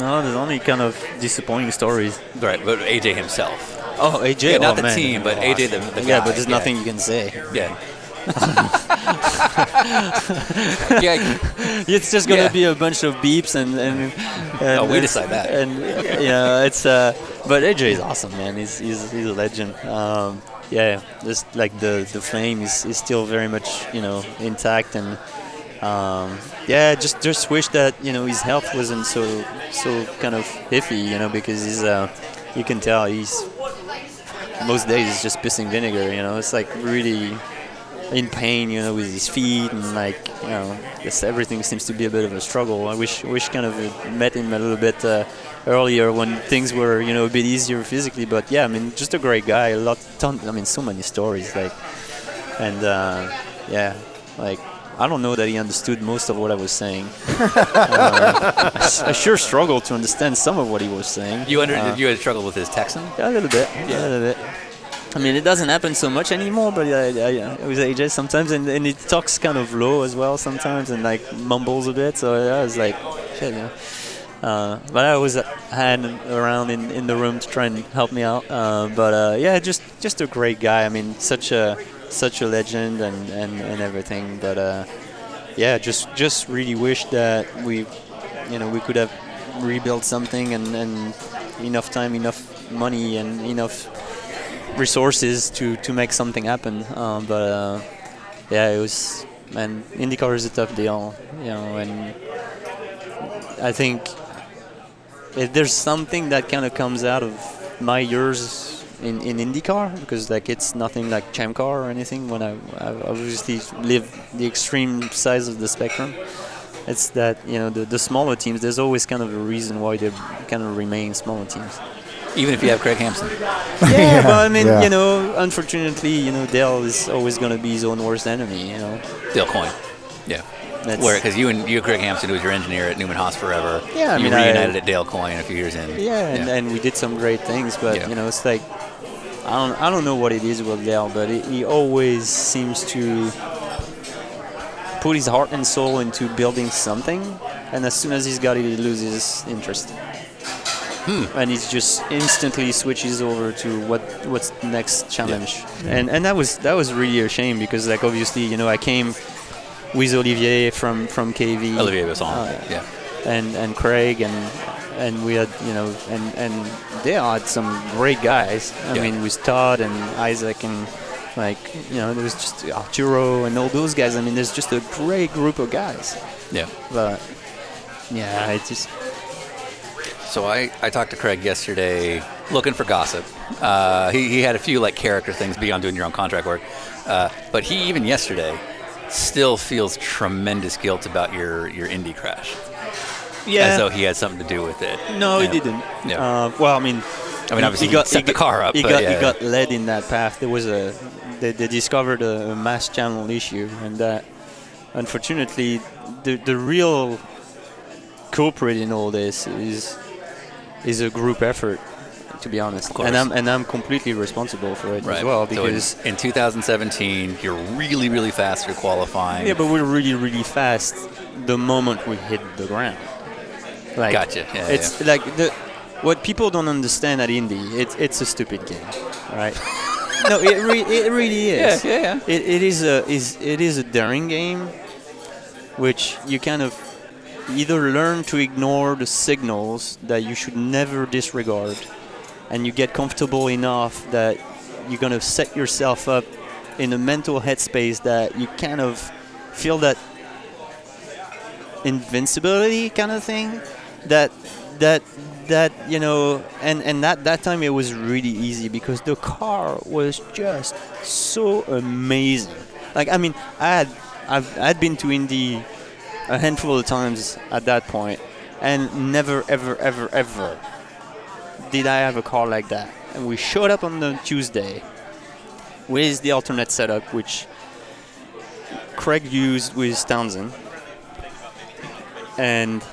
Speaker 5: No, there's only kind of disappointing stories.
Speaker 4: Right, but AJ himself.
Speaker 5: Oh, AJ,
Speaker 4: Yeah, not
Speaker 5: oh,
Speaker 4: the
Speaker 5: man.
Speaker 4: team, but AJ, the, the
Speaker 5: yeah,
Speaker 4: guy.
Speaker 5: but there's nothing you can say.
Speaker 4: Yeah. yeah,
Speaker 5: It's just gonna
Speaker 4: Yeah.
Speaker 5: be a bunch of beeps and and, and
Speaker 4: Oh, we
Speaker 5: it's-
Speaker 4: decide that.
Speaker 5: And yeah, it's uh, but AJ is awesome, man. He's he's, he's a legend. Um, yeah, just like the the flame is, is still very much you know intact and um, yeah, just just wish that you know his health wasn't so so kind of iffy, you know, because he's uh, you can tell he's most days he's just pissing vinegar, you know. It's like really in pain, you know, with his feet and like you know, just everything seems to be a bit of a struggle. I wish wish kind of met him a little bit uh, earlier when things were you know a bit easier physically. But yeah, I mean, just a great guy. A lot, ton. I mean, so many stories like, and uh, yeah, like. I don't know that he understood most of what I was saying. Uh, I s- I sure struggled to understand some of what he was saying.
Speaker 4: you under,
Speaker 5: Uh,
Speaker 4: you had struggled with his Texan.
Speaker 5: yeah, a little bit. Yeah. A little bit. I mean, it doesn't happen so much anymore, but yeah, yeah, yeah. with AJ sometimes, and, and it talks kind of low as well sometimes, and like mumbles a bit. So yeah, I was like, shit, yeah. Uh, but I was hand around in, in the room to try and help me out. Uh, but uh, yeah, just just a great guy. I mean, such a such a legend and, and, and everything. But uh, yeah, just just really wish that we, you know, we could have rebuilt something and, and enough time, enough money, and enough resources to, to make something happen. Um, but uh, yeah, it was and IndyCar is a tough deal, you know, and I think if there's something that kind of comes out of my years in, in IndyCar because like it's nothing like Champ Car or anything. When I, I obviously live the extreme size of the spectrum, it's that you know the, the smaller teams. There's always kind of a reason why they kind of remain smaller teams.
Speaker 4: Even if you have Craig Hampson.
Speaker 5: Yeah, but I mean,
Speaker 1: yeah.
Speaker 5: you know, unfortunately, you know, Dell is always going to be his own worst enemy. You know,
Speaker 4: Dale Coyne. Yeah.
Speaker 5: That's-
Speaker 4: Where because you and you Craig Hampson who was your engineer at Newman Haas forever.
Speaker 5: Yeah, I
Speaker 4: you
Speaker 5: mean, I-
Speaker 4: reunited at Dale Coyne a few years in.
Speaker 5: yeah, and, and we did some great things, but
Speaker 4: Yeah.
Speaker 5: you know, it's like I don't, I don't know what it is with Dell, but he he always seems to put his heart and soul into building something, and as soon as he's got it, he loses interest. And he just instantly switches over to what what's the next challenge, and and that was that was really a shame because like obviously you know I came with Olivier from from KV.
Speaker 4: Olivier Besson.
Speaker 5: Uh,
Speaker 4: yeah.
Speaker 5: and and Craig and and we had you know and and they had some great guys. I
Speaker 4: Yeah.
Speaker 5: mean with Todd and Isaac and like you know there was just Arturo and all those guys. I mean there's just a great group of guys.
Speaker 4: Yeah.
Speaker 5: But yeah, it's just
Speaker 4: So I, I talked to Craig yesterday looking for gossip. Uh, he, he had a few like character things beyond doing your own contract work. Uh, but he even yesterday still feels tremendous guilt about your, your indie crash. As though he had something to do with it.
Speaker 5: No,
Speaker 4: Yeah.
Speaker 5: he didn't.
Speaker 4: Yeah.
Speaker 5: Uh, well, I mean,
Speaker 4: I mean, obviously, he set the car up,
Speaker 5: He
Speaker 4: but
Speaker 5: got
Speaker 4: yeah.
Speaker 5: he got led in that path. There was a they, they discovered a, a mass channel issue, and that unfortunately the the real culprit in all this is is a group effort. to be honest.
Speaker 4: course.
Speaker 5: and I'm and I'm completely responsible for it as well
Speaker 4: So in-
Speaker 5: because
Speaker 4: in, 2017, you're really, really fast through qualifying.
Speaker 5: yeah, but we're really really fast the moment we hit the ground. Like,
Speaker 4: Gotcha. Yeah,
Speaker 5: it's like the what people don't understand at Indy. It's it's a stupid game, right? no, it re- it really is.
Speaker 4: Yeah, yeah, yeah.
Speaker 5: It, it is a is it is a daring game, which you kind of either learn to ignore the signals that you should never disregard, and you get comfortable enough that you're gonna set yourself up in a mental headspace that you kind of feel that invincibility kind of thing that that that you know and and that that time it was really easy because the car was just so amazing like i mean i had i've i'd been to indy a handful of times at that point and never ever ever ever did i have a car like that and we showed up on the tuesday with the alternate setup which craig used with townsend and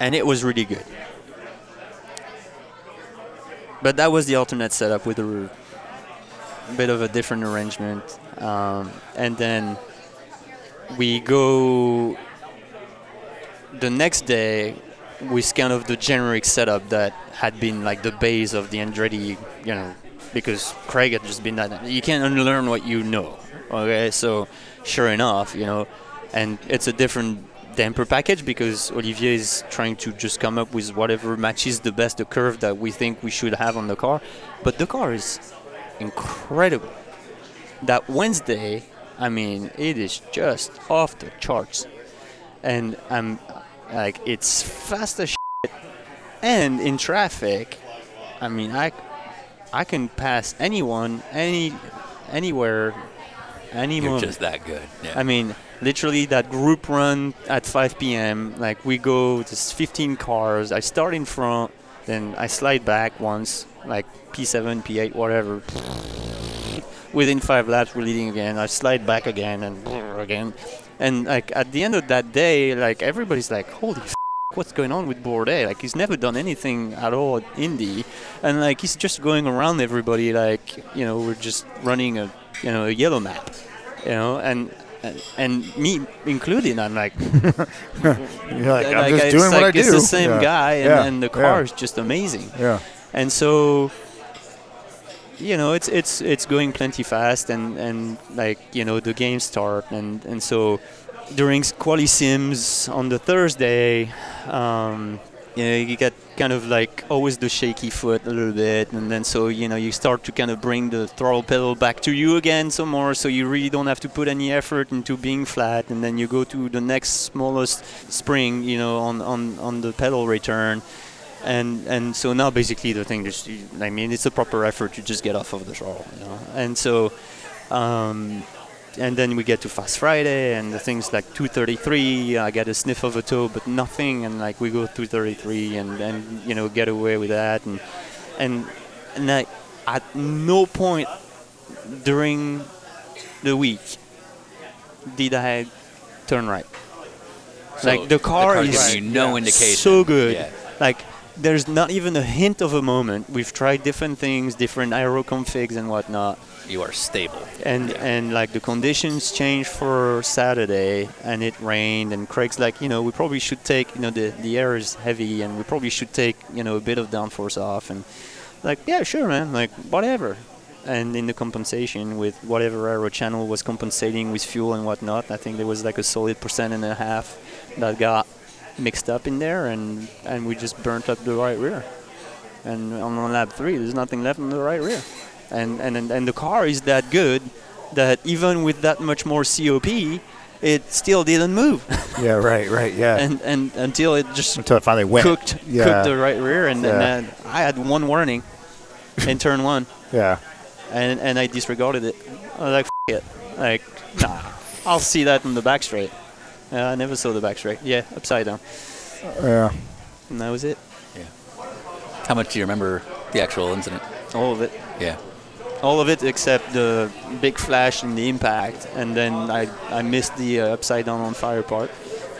Speaker 5: and it was really good. But that was the alternate setup with a r- bit of a different arrangement, um, and then we go the next day with kind of the generic setup that had been like the base of the Andretti, you know, because Craig had just been that. You can't unlearn what you know. Okay, so sure enough, you know, and it's a different damper package because Olivier is trying to just come up with whatever matches the best the curve that we think we should have on the car. But the car is incredible. That Wednesday, I mean, it is just off the charts and I'm like, it's fast as shit. And in traffic, I mean, I, I can pass anyone, any, anywhere, any
Speaker 4: You're
Speaker 5: moment.
Speaker 4: just that good. Yeah.
Speaker 5: I mean, literally that group run at 5 p.m. Like we go, there's 15 cars. I start in front, then I slide back once, like P7, P8, whatever. Within five laps, we're leading again. I slide back again and again, and like at the end of that day, like everybody's like, "Holy what's going on with Bourdais? Like he's never done anything at all at Indy, and like he's just going around everybody like you know we're just running a you know a yellow map, you know, and and, and me included. I'm like,
Speaker 1: You're like, I'm just
Speaker 5: it's
Speaker 1: doing what
Speaker 5: like
Speaker 1: I do.
Speaker 5: It's the same
Speaker 1: Yeah.
Speaker 5: guy, and,
Speaker 1: Yeah.
Speaker 5: and the
Speaker 1: Yeah.
Speaker 5: car is just amazing.
Speaker 1: Yeah.
Speaker 5: And so, you know, it's it's it's going plenty fast, and and like you know the game start, and and so during quali sims on the Thursday, um, you know you get kind of like always the shaky foot a little bit, and then so you know you start to kind of bring the throttle pedal back to you again some more, so you really don't have to put any effort into being flat, and then you go to the next smallest spring, you know, on on on the pedal return and and so now basically the thing is, I mean, it's a proper effort to just get off of the throttle, you know. And so, um, and then we get to Fast Friday, and the thing's like 2:33. I get a sniff of a toe, but nothing, and like we go 2:33, and and you know get away with that, and and and like at no point during the week did I turn right.
Speaker 4: So
Speaker 5: like the car,
Speaker 4: gives
Speaker 5: is
Speaker 4: you no indication.
Speaker 5: so good.
Speaker 4: Yeah.
Speaker 5: Like there's not even a hint of a moment. We've tried different things, different aero configs and whatnot,
Speaker 4: You are stable.
Speaker 5: and and like the conditions changed for Saturday, and it rained. And Craig's like, you know, we probably should take, you know, the the air is heavy, and we probably should take, you know, a bit of downforce off. And like, yeah, sure, man, like whatever. And in the compensation with whatever aero channel was compensating with fuel and whatnot, I think there was like a solid percent and a half that got mixed up in there, and and we just burnt up the right rear. And on on lap three, there's nothing left on the right rear, and and and, and the car is that good that even with that much more COP, it still didn't move,
Speaker 1: Yeah. Right. Right. Yeah.
Speaker 5: and and until it just
Speaker 1: Until I finally went.
Speaker 5: cooked
Speaker 1: Yeah.
Speaker 5: cooked the right rear, and,
Speaker 1: Yeah.
Speaker 5: and then I had one warning in turn one
Speaker 1: yeah.
Speaker 5: and and I disregarded it. I was like, F- it. Like, nah, I'll see that in the back straight. Yeah, I never saw the back straight. Yeah, upside down.
Speaker 1: Yeah.
Speaker 5: And that was it.
Speaker 4: How much do you remember the actual incident?
Speaker 5: All of it.
Speaker 4: Yeah.
Speaker 5: All of it except the big flash and the impact. And then I, I missed the uh, upside down on fire part.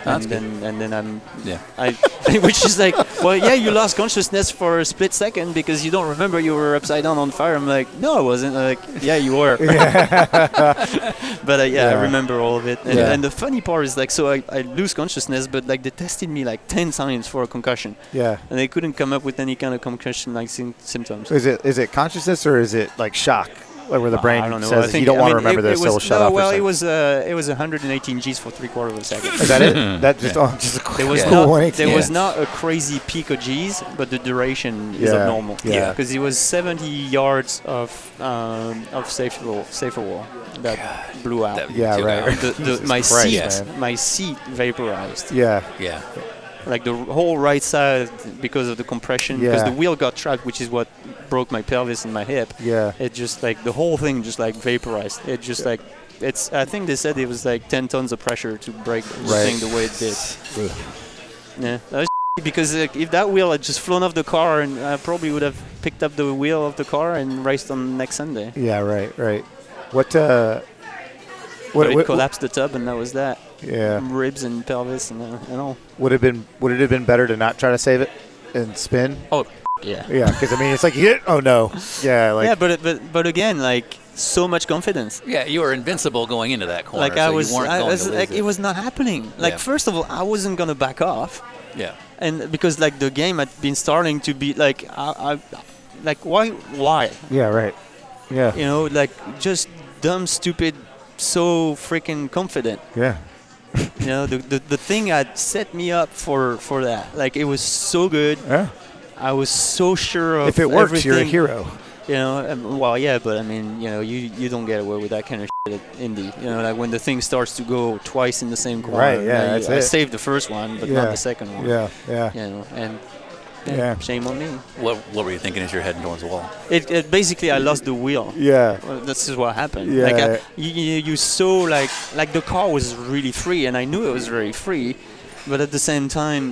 Speaker 4: That's
Speaker 5: and then and then I'm
Speaker 4: Yeah.
Speaker 5: I which is like well yeah you lost consciousness for a split second because you don't remember you were upside down on fire. I'm like no I wasn't I'm like yeah you were. but uh, yeah,
Speaker 1: Yeah.
Speaker 5: I remember all of it. And,
Speaker 1: Yeah.
Speaker 5: and the funny part is like so I, I lose consciousness but like they tested me like ten times for a concussion
Speaker 1: Yeah.
Speaker 5: and they couldn't come up with any kind of concussion like sym- symptoms.
Speaker 1: Is it is it consciousness or is it like shock, like where the brain
Speaker 5: I don't know. I
Speaker 1: says
Speaker 5: think-
Speaker 1: you don't
Speaker 5: I
Speaker 1: want to
Speaker 5: mean,
Speaker 1: remember
Speaker 5: it-
Speaker 1: this,
Speaker 5: it
Speaker 1: so
Speaker 5: was-
Speaker 1: we'll shut
Speaker 5: no,
Speaker 1: off? or
Speaker 5: Well, it
Speaker 1: something?
Speaker 5: was uh, it was 118 Gs for three quarters of a second.
Speaker 1: Is that it? That just oh, just a quick
Speaker 5: There was
Speaker 1: cool
Speaker 5: not
Speaker 1: 118.
Speaker 5: there was
Speaker 4: Yeah.
Speaker 5: not a crazy peak of G's, but the duration is
Speaker 1: Yeah,
Speaker 5: abnormal.
Speaker 1: yeah. Yeah.
Speaker 5: because it was 70 yards of um, of safer wall, safer wall that blew out.
Speaker 4: That-
Speaker 1: Uh, Yeah,
Speaker 4: Two
Speaker 1: right.
Speaker 4: hours.
Speaker 5: The, the,
Speaker 1: Jesus
Speaker 5: my
Speaker 1: Christ,
Speaker 5: seat,
Speaker 4: Yes.
Speaker 1: man.
Speaker 5: my seat vaporized.
Speaker 1: Yeah,
Speaker 4: Yeah.
Speaker 5: Like the whole right side because of the compression, because
Speaker 1: Yeah.
Speaker 5: the wheel got trapped, which is what broke my pelvis and my hip
Speaker 1: yeah.
Speaker 5: it just like the whole thing just like vaporized it just like it's i think they said it was like 10 tons of pressure to break the
Speaker 1: Right.
Speaker 5: thing the way it did yeah that was because like, if that wheel had just flown off the car and i probably would have picked up the wheel of the car and raced on next sunday
Speaker 1: Yeah, right, right. What? Uh,
Speaker 5: but
Speaker 1: what,
Speaker 5: it
Speaker 1: what-
Speaker 5: collapsed the tub and that was that
Speaker 1: Yeah.
Speaker 5: ribs and pelvis and, uh, and all
Speaker 1: Would have been. Would it have been better to not try to save it and spin?
Speaker 5: oh yeah
Speaker 1: Yeah, because I mean, it's like, yeah, oh no, yeah, like
Speaker 5: yeah but, it- but but again like so much confidence
Speaker 4: Yeah, you were invincible going into that corner.
Speaker 5: like I
Speaker 4: so
Speaker 5: was,
Speaker 4: you weren't
Speaker 5: I
Speaker 4: going
Speaker 5: was
Speaker 4: to lose
Speaker 5: like, it.
Speaker 4: it.
Speaker 5: was not happening. Like,
Speaker 4: Yeah.
Speaker 5: first of all, I wasn't gonna back off.
Speaker 4: Yeah.
Speaker 5: and because like the game had been starting to be like I, I like why why
Speaker 1: yeah, right, yeah,
Speaker 5: you know like just dumb stupid so freaking confident
Speaker 1: yeah,
Speaker 5: you know the, the, the thing had set me up for for that like it was so good
Speaker 4: Uh,
Speaker 1: yeah.
Speaker 5: i was so sure of
Speaker 1: If it works, you're a
Speaker 5: everything,
Speaker 1: hero.
Speaker 5: you know um, well yeah but i mean you know you you don't get away with that kind of shit at indie you know like when the thing starts to go twice in the same corner
Speaker 1: Right, yeah,
Speaker 5: you know,
Speaker 1: that's
Speaker 5: I
Speaker 1: it.
Speaker 5: saved the first one but
Speaker 1: yeah.
Speaker 5: not the second one
Speaker 1: Yeah, yeah,
Speaker 5: you know and
Speaker 1: Yeah.
Speaker 5: yeah. shame on me
Speaker 4: What, what were you thinking as you're heading towards the wall?
Speaker 5: It, it basically I lost the wheel.
Speaker 1: yeah,
Speaker 5: Well, this is what happened.
Speaker 1: Yeah.
Speaker 5: Like I, you, you you saw like like the car was really free, and I knew it was very free, but at the same time,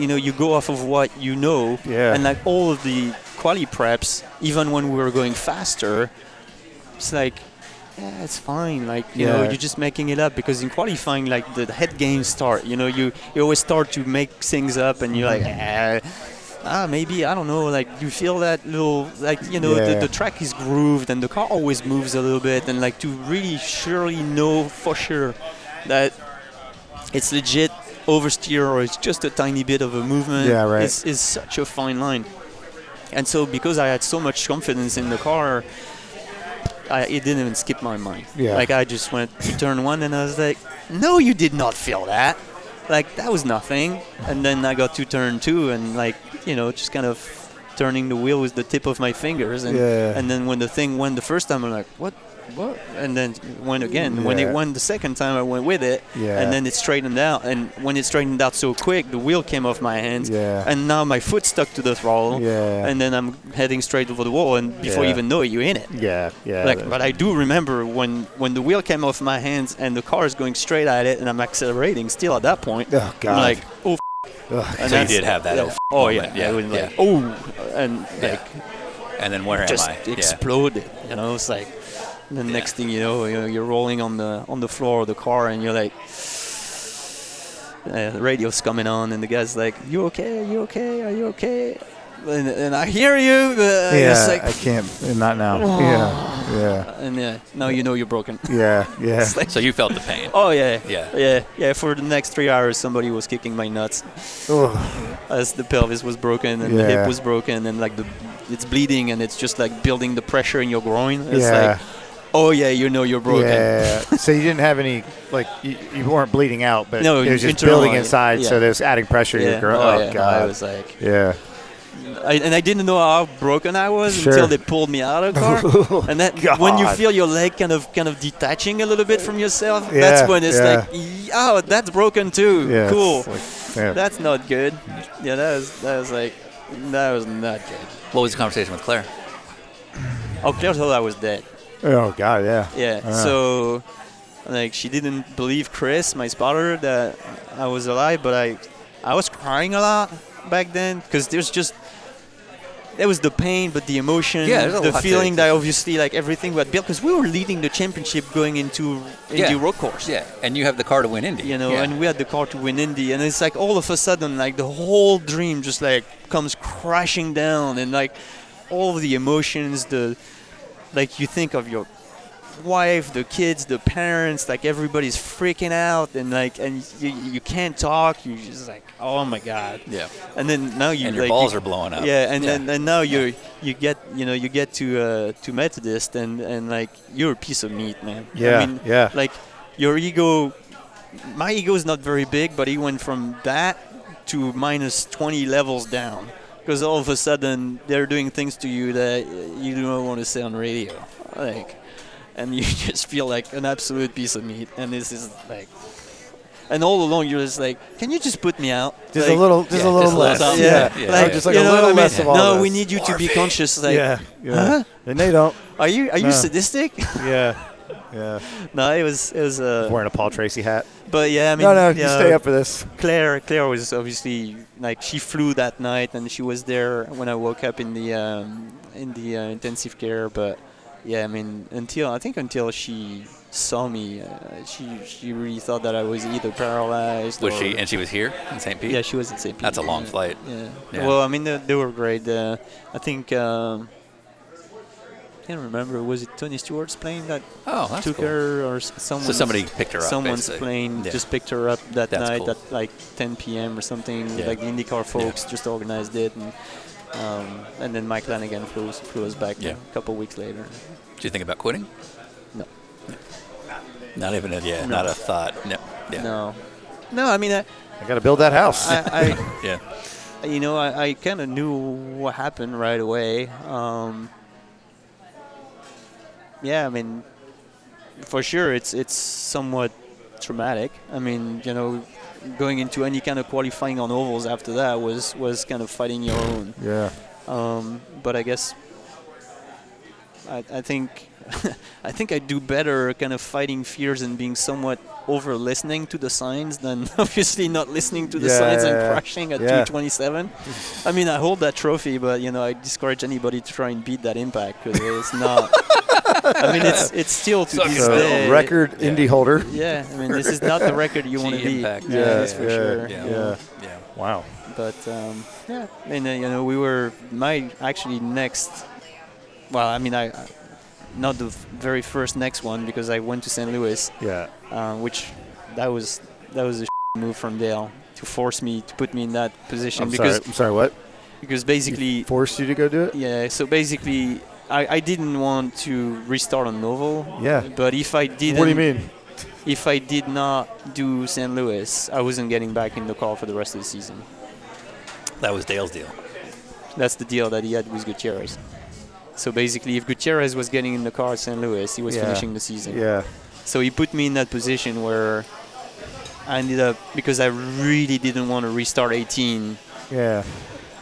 Speaker 5: you know, you go off of what you know,
Speaker 1: Yeah.
Speaker 5: and like all of the quali preps, even when we were going faster, it's like. Yeah, it's fine. Like you know,
Speaker 1: Yeah.
Speaker 5: you're just making it up because in qualifying, like the head games start. You know, you, you always start to make things up, and you're like,
Speaker 1: Mm-hmm.
Speaker 5: ah, ah, maybe I don't know. Like you feel that little, like you know,
Speaker 1: Yeah.
Speaker 5: the, the track is grooved and the car always moves a little bit, and like to really surely know for sure that it's legit oversteer or it's just a tiny bit of a movement.
Speaker 1: Yeah, right.
Speaker 5: Is is such a fine line, and so because I had so much confidence in the car. I, it didn't even skip my mind.
Speaker 1: Yeah.
Speaker 5: Like I just went to turn one and I was like, no, you did not feel that. Like that was nothing. And then I got to turn two and like, you know, just kind of turning the wheel with the tip of my fingers. And,
Speaker 1: Yeah.
Speaker 5: and then when the thing went the first time, I'm like, what? What? And then it went again. When
Speaker 1: Yeah.
Speaker 5: it went the second time, I went with it.
Speaker 1: Yeah.
Speaker 5: And then it straightened out. And when it straightened out so quick, the wheel came off my hands.
Speaker 1: Yeah.
Speaker 5: And now my foot stuck to the throttle.
Speaker 1: Yeah.
Speaker 5: And then I'm heading straight over the wall. And before
Speaker 1: Yeah.
Speaker 5: you even know it, you're in it.
Speaker 1: yeah, yeah.
Speaker 5: Like, but I do remember when when the wheel came off my hands and the car is going straight at it and I'm accelerating still at that point.
Speaker 1: Oh, God.
Speaker 5: I'm like, oh, f-
Speaker 1: Ugh.
Speaker 5: and
Speaker 4: So you
Speaker 5: that's-
Speaker 4: did have that,
Speaker 5: yeah,
Speaker 4: oh, f-
Speaker 5: oh
Speaker 4: moment.
Speaker 5: yeah, yeah,
Speaker 4: Yeah,
Speaker 5: and like,
Speaker 4: yeah.
Speaker 5: oh, and like
Speaker 4: Yeah. And then where
Speaker 5: just
Speaker 4: am I?
Speaker 5: exploded. You know, it's like the next thing you know, you know, you're rolling on the on the floor of the car and you're like. Uh, the radio's coming on, and the guy's like, "You okay? You okay? Are you okay?" And, and I hear you. But uh,
Speaker 1: yeah,
Speaker 5: It's like,
Speaker 1: I can't. Not now. Yeah, yeah,
Speaker 5: and yeah, now you know you're broken.
Speaker 1: yeah, yeah.
Speaker 4: Yeah. So you felt the pain.
Speaker 5: Oh yeah,
Speaker 4: Yeah.
Speaker 5: yeah, yeah. For the next three hours, somebody was kicking my nuts
Speaker 1: Ugh.
Speaker 5: as the pelvis was broken and the
Speaker 1: Yeah.
Speaker 5: hip was broken and like the it's bleeding and it's just like building the pressure in your groin. It's
Speaker 1: Yeah.
Speaker 5: like, oh yeah, you know you're broken.
Speaker 1: Yeah. so you didn't have any like you, you weren't bleeding out, but
Speaker 5: No,
Speaker 1: it was just
Speaker 5: internal,
Speaker 1: building inside. So
Speaker 5: yeah.
Speaker 1: there's adding pressure to
Speaker 5: Yeah.
Speaker 1: your girl.
Speaker 5: Oh,
Speaker 1: Oh,
Speaker 5: yeah. No,
Speaker 1: god.
Speaker 5: I was like,
Speaker 1: yeah.
Speaker 5: I, and I didn't know how broken I was
Speaker 1: Sure.
Speaker 5: until they pulled me out of the car. and that when you
Speaker 1: God.
Speaker 5: feel your leg kind of kind of detaching a little bit from yourself,
Speaker 1: Yeah,
Speaker 5: that's when it's
Speaker 1: yeah.
Speaker 5: like, "Y- oh, that's broken too.
Speaker 1: Yeah. it's
Speaker 5: cool.
Speaker 1: like- yeah.
Speaker 5: That's not good. Yeah, that was that was like that was not good.
Speaker 4: What was the conversation with Claire?
Speaker 5: Oh, Claire thought I was dead.
Speaker 1: oh god. Yeah.
Speaker 5: Yeah.
Speaker 1: Ah.
Speaker 5: So, like, she didn't believe Chris, my spotter, that I was alive. But I, I was crying a lot back then because there's just that was the pain, but the emotion,
Speaker 4: Yeah, there's a
Speaker 5: the
Speaker 4: lot to-
Speaker 5: feeling that obviously like everything we had built because we were leading the championship going into Indy
Speaker 4: yeah.
Speaker 5: road course.
Speaker 4: Yeah, and you have the car to win Indy.
Speaker 5: You know,
Speaker 4: Yeah.
Speaker 5: and we had the car to win Indy, and it's like all of a sudden, like the whole dream just like comes crashing down, and like all of the emotions, the like you think of your wife, the kids, the parents, like everybody's freaking out, and like and you, you can't talk, you just like oh my god,
Speaker 4: yeah.
Speaker 5: and then now you
Speaker 4: And your
Speaker 5: like,
Speaker 4: balls
Speaker 5: you-
Speaker 4: are blowing up.
Speaker 5: Yeah, and, and, and now you you get you know you get to uh, to Methodist and and like you're a piece of meat, man.
Speaker 1: Yeah,
Speaker 5: I mean,
Speaker 1: yeah.
Speaker 5: Like your ego, my ego is not very big, but he went from that to minus 20 levels down because all of a sudden they're doing things to you that you don't want to say on radio, like, and you just feel like an absolute piece of meat, and this is like. And all along, you're just like, can you just put me out?
Speaker 1: Just
Speaker 5: Like-
Speaker 1: a little, just
Speaker 4: yeah,
Speaker 1: a little
Speaker 4: just a little
Speaker 1: less.
Speaker 4: something.
Speaker 1: yeah,
Speaker 4: Yeah,
Speaker 1: yeah.
Speaker 4: yeah,
Speaker 1: Like,
Speaker 4: yeah.
Speaker 1: just like
Speaker 5: you
Speaker 1: a
Speaker 5: know
Speaker 1: little
Speaker 5: what I mean?
Speaker 1: less of all
Speaker 5: No,
Speaker 1: this.
Speaker 5: we need you to be conscious. Like,
Speaker 1: yeah, yeah.
Speaker 5: Huh?
Speaker 1: And they don't.
Speaker 5: are you are you
Speaker 1: No.
Speaker 5: sadistic?
Speaker 1: Yeah, yeah.
Speaker 5: no, it was it was. Uh,
Speaker 1: Wearing a Paul Tracy hat.
Speaker 5: but yeah, I mean,
Speaker 1: no, no,
Speaker 5: yeah,
Speaker 1: you stay up for this.
Speaker 5: Claire, Claire was obviously like she flew that night, and she was there when I woke up in the um, in the uh, intensive care. But yeah, I mean, until I think until she saw me, uh, she she really thought that I was either paralyzed.
Speaker 4: Was
Speaker 5: or
Speaker 4: she? And she was here in St. Pete.
Speaker 5: Yeah, she was in St. Pete.
Speaker 4: That's a long
Speaker 5: yeah.
Speaker 4: flight.
Speaker 5: Yeah.
Speaker 4: Yeah.
Speaker 5: Well, I mean, they, they were great. Uh, I think um, I can't remember. Was it Tony Stewart's plane that
Speaker 4: Oh, that's
Speaker 5: took
Speaker 4: cool.
Speaker 5: her, or s- someone?
Speaker 4: somebody picked her up,
Speaker 5: Someone's
Speaker 4: basically.
Speaker 5: plane
Speaker 4: Yeah.
Speaker 5: just picked her up that
Speaker 4: That's
Speaker 5: night
Speaker 4: cool.
Speaker 5: at like 10 p.m. or something.
Speaker 4: Yeah.
Speaker 5: Like the IndyCar folks just organized it, and um, and then Mike Lanigan flew us, flew us back
Speaker 4: Yeah.
Speaker 5: a couple weeks later.
Speaker 4: Did you think about quitting?
Speaker 5: No.
Speaker 4: Not even a yeah. Not a thought. No. Yeah.
Speaker 5: No. No, I mean, I,
Speaker 1: I got to build that house.
Speaker 5: I, I
Speaker 4: Yeah.
Speaker 5: Uh, you know, I, I kind of knew what happened right away. Um, yeah, I mean, for sure, it's it's somewhat traumatic. I mean, you know, going into any kind of qualifying on ovals after that was was kind of fighting your own.
Speaker 1: yeah.
Speaker 5: Um, but I guess I, I think I think I do better kind of fighting fears and being somewhat over listening to the signs than obviously not listening to the
Speaker 1: Yeah,
Speaker 5: signs
Speaker 1: yeah,
Speaker 5: and
Speaker 1: yeah.
Speaker 5: crashing at
Speaker 1: Yeah.
Speaker 5: 227. I mean, I hold that trophy, but you know, I discourage anybody to try and beat that impact because it's not. I mean, it's it's still to
Speaker 4: Suck it
Speaker 5: this
Speaker 4: up.
Speaker 5: day.
Speaker 1: So record indie holder.
Speaker 5: Yeah, I mean, this is not the record you want to
Speaker 4: G
Speaker 5: be.
Speaker 4: impact.
Speaker 5: Yeah,
Speaker 4: Yeah,
Speaker 5: that's for
Speaker 1: yeah,
Speaker 5: sure.
Speaker 4: Yeah.
Speaker 1: Yeah.
Speaker 4: Yeah.
Speaker 1: Wow.
Speaker 5: But um, yeah, and uh, you know, we were my actually next. Well, I mean, I I- not the f- very first next one because I went to St. Louis,
Speaker 1: Yeah.
Speaker 5: uh, which that was that was a move from Dale to force me to put me in that position
Speaker 1: I'm
Speaker 5: because
Speaker 1: sorry. I'm sorry. What?
Speaker 5: because basically
Speaker 1: Forced you to go do it?
Speaker 5: yeah, so basically. I, I didn't want to restart on Novo.
Speaker 1: Yeah.
Speaker 5: But if I didn't,
Speaker 1: What do you mean?
Speaker 5: if I did not do St. Louis, I wasn't getting back in the car for the rest of the season.
Speaker 4: That was Dale's deal.
Speaker 5: That's the deal that he had with Gutierrez. So basically, if Gutierrez was getting in the car at St. Louis, he was
Speaker 1: Yeah.
Speaker 5: finishing the season.
Speaker 1: Yeah.
Speaker 5: So he put me in that position where I ended up, because I really didn't want to restart 18,
Speaker 1: Yeah.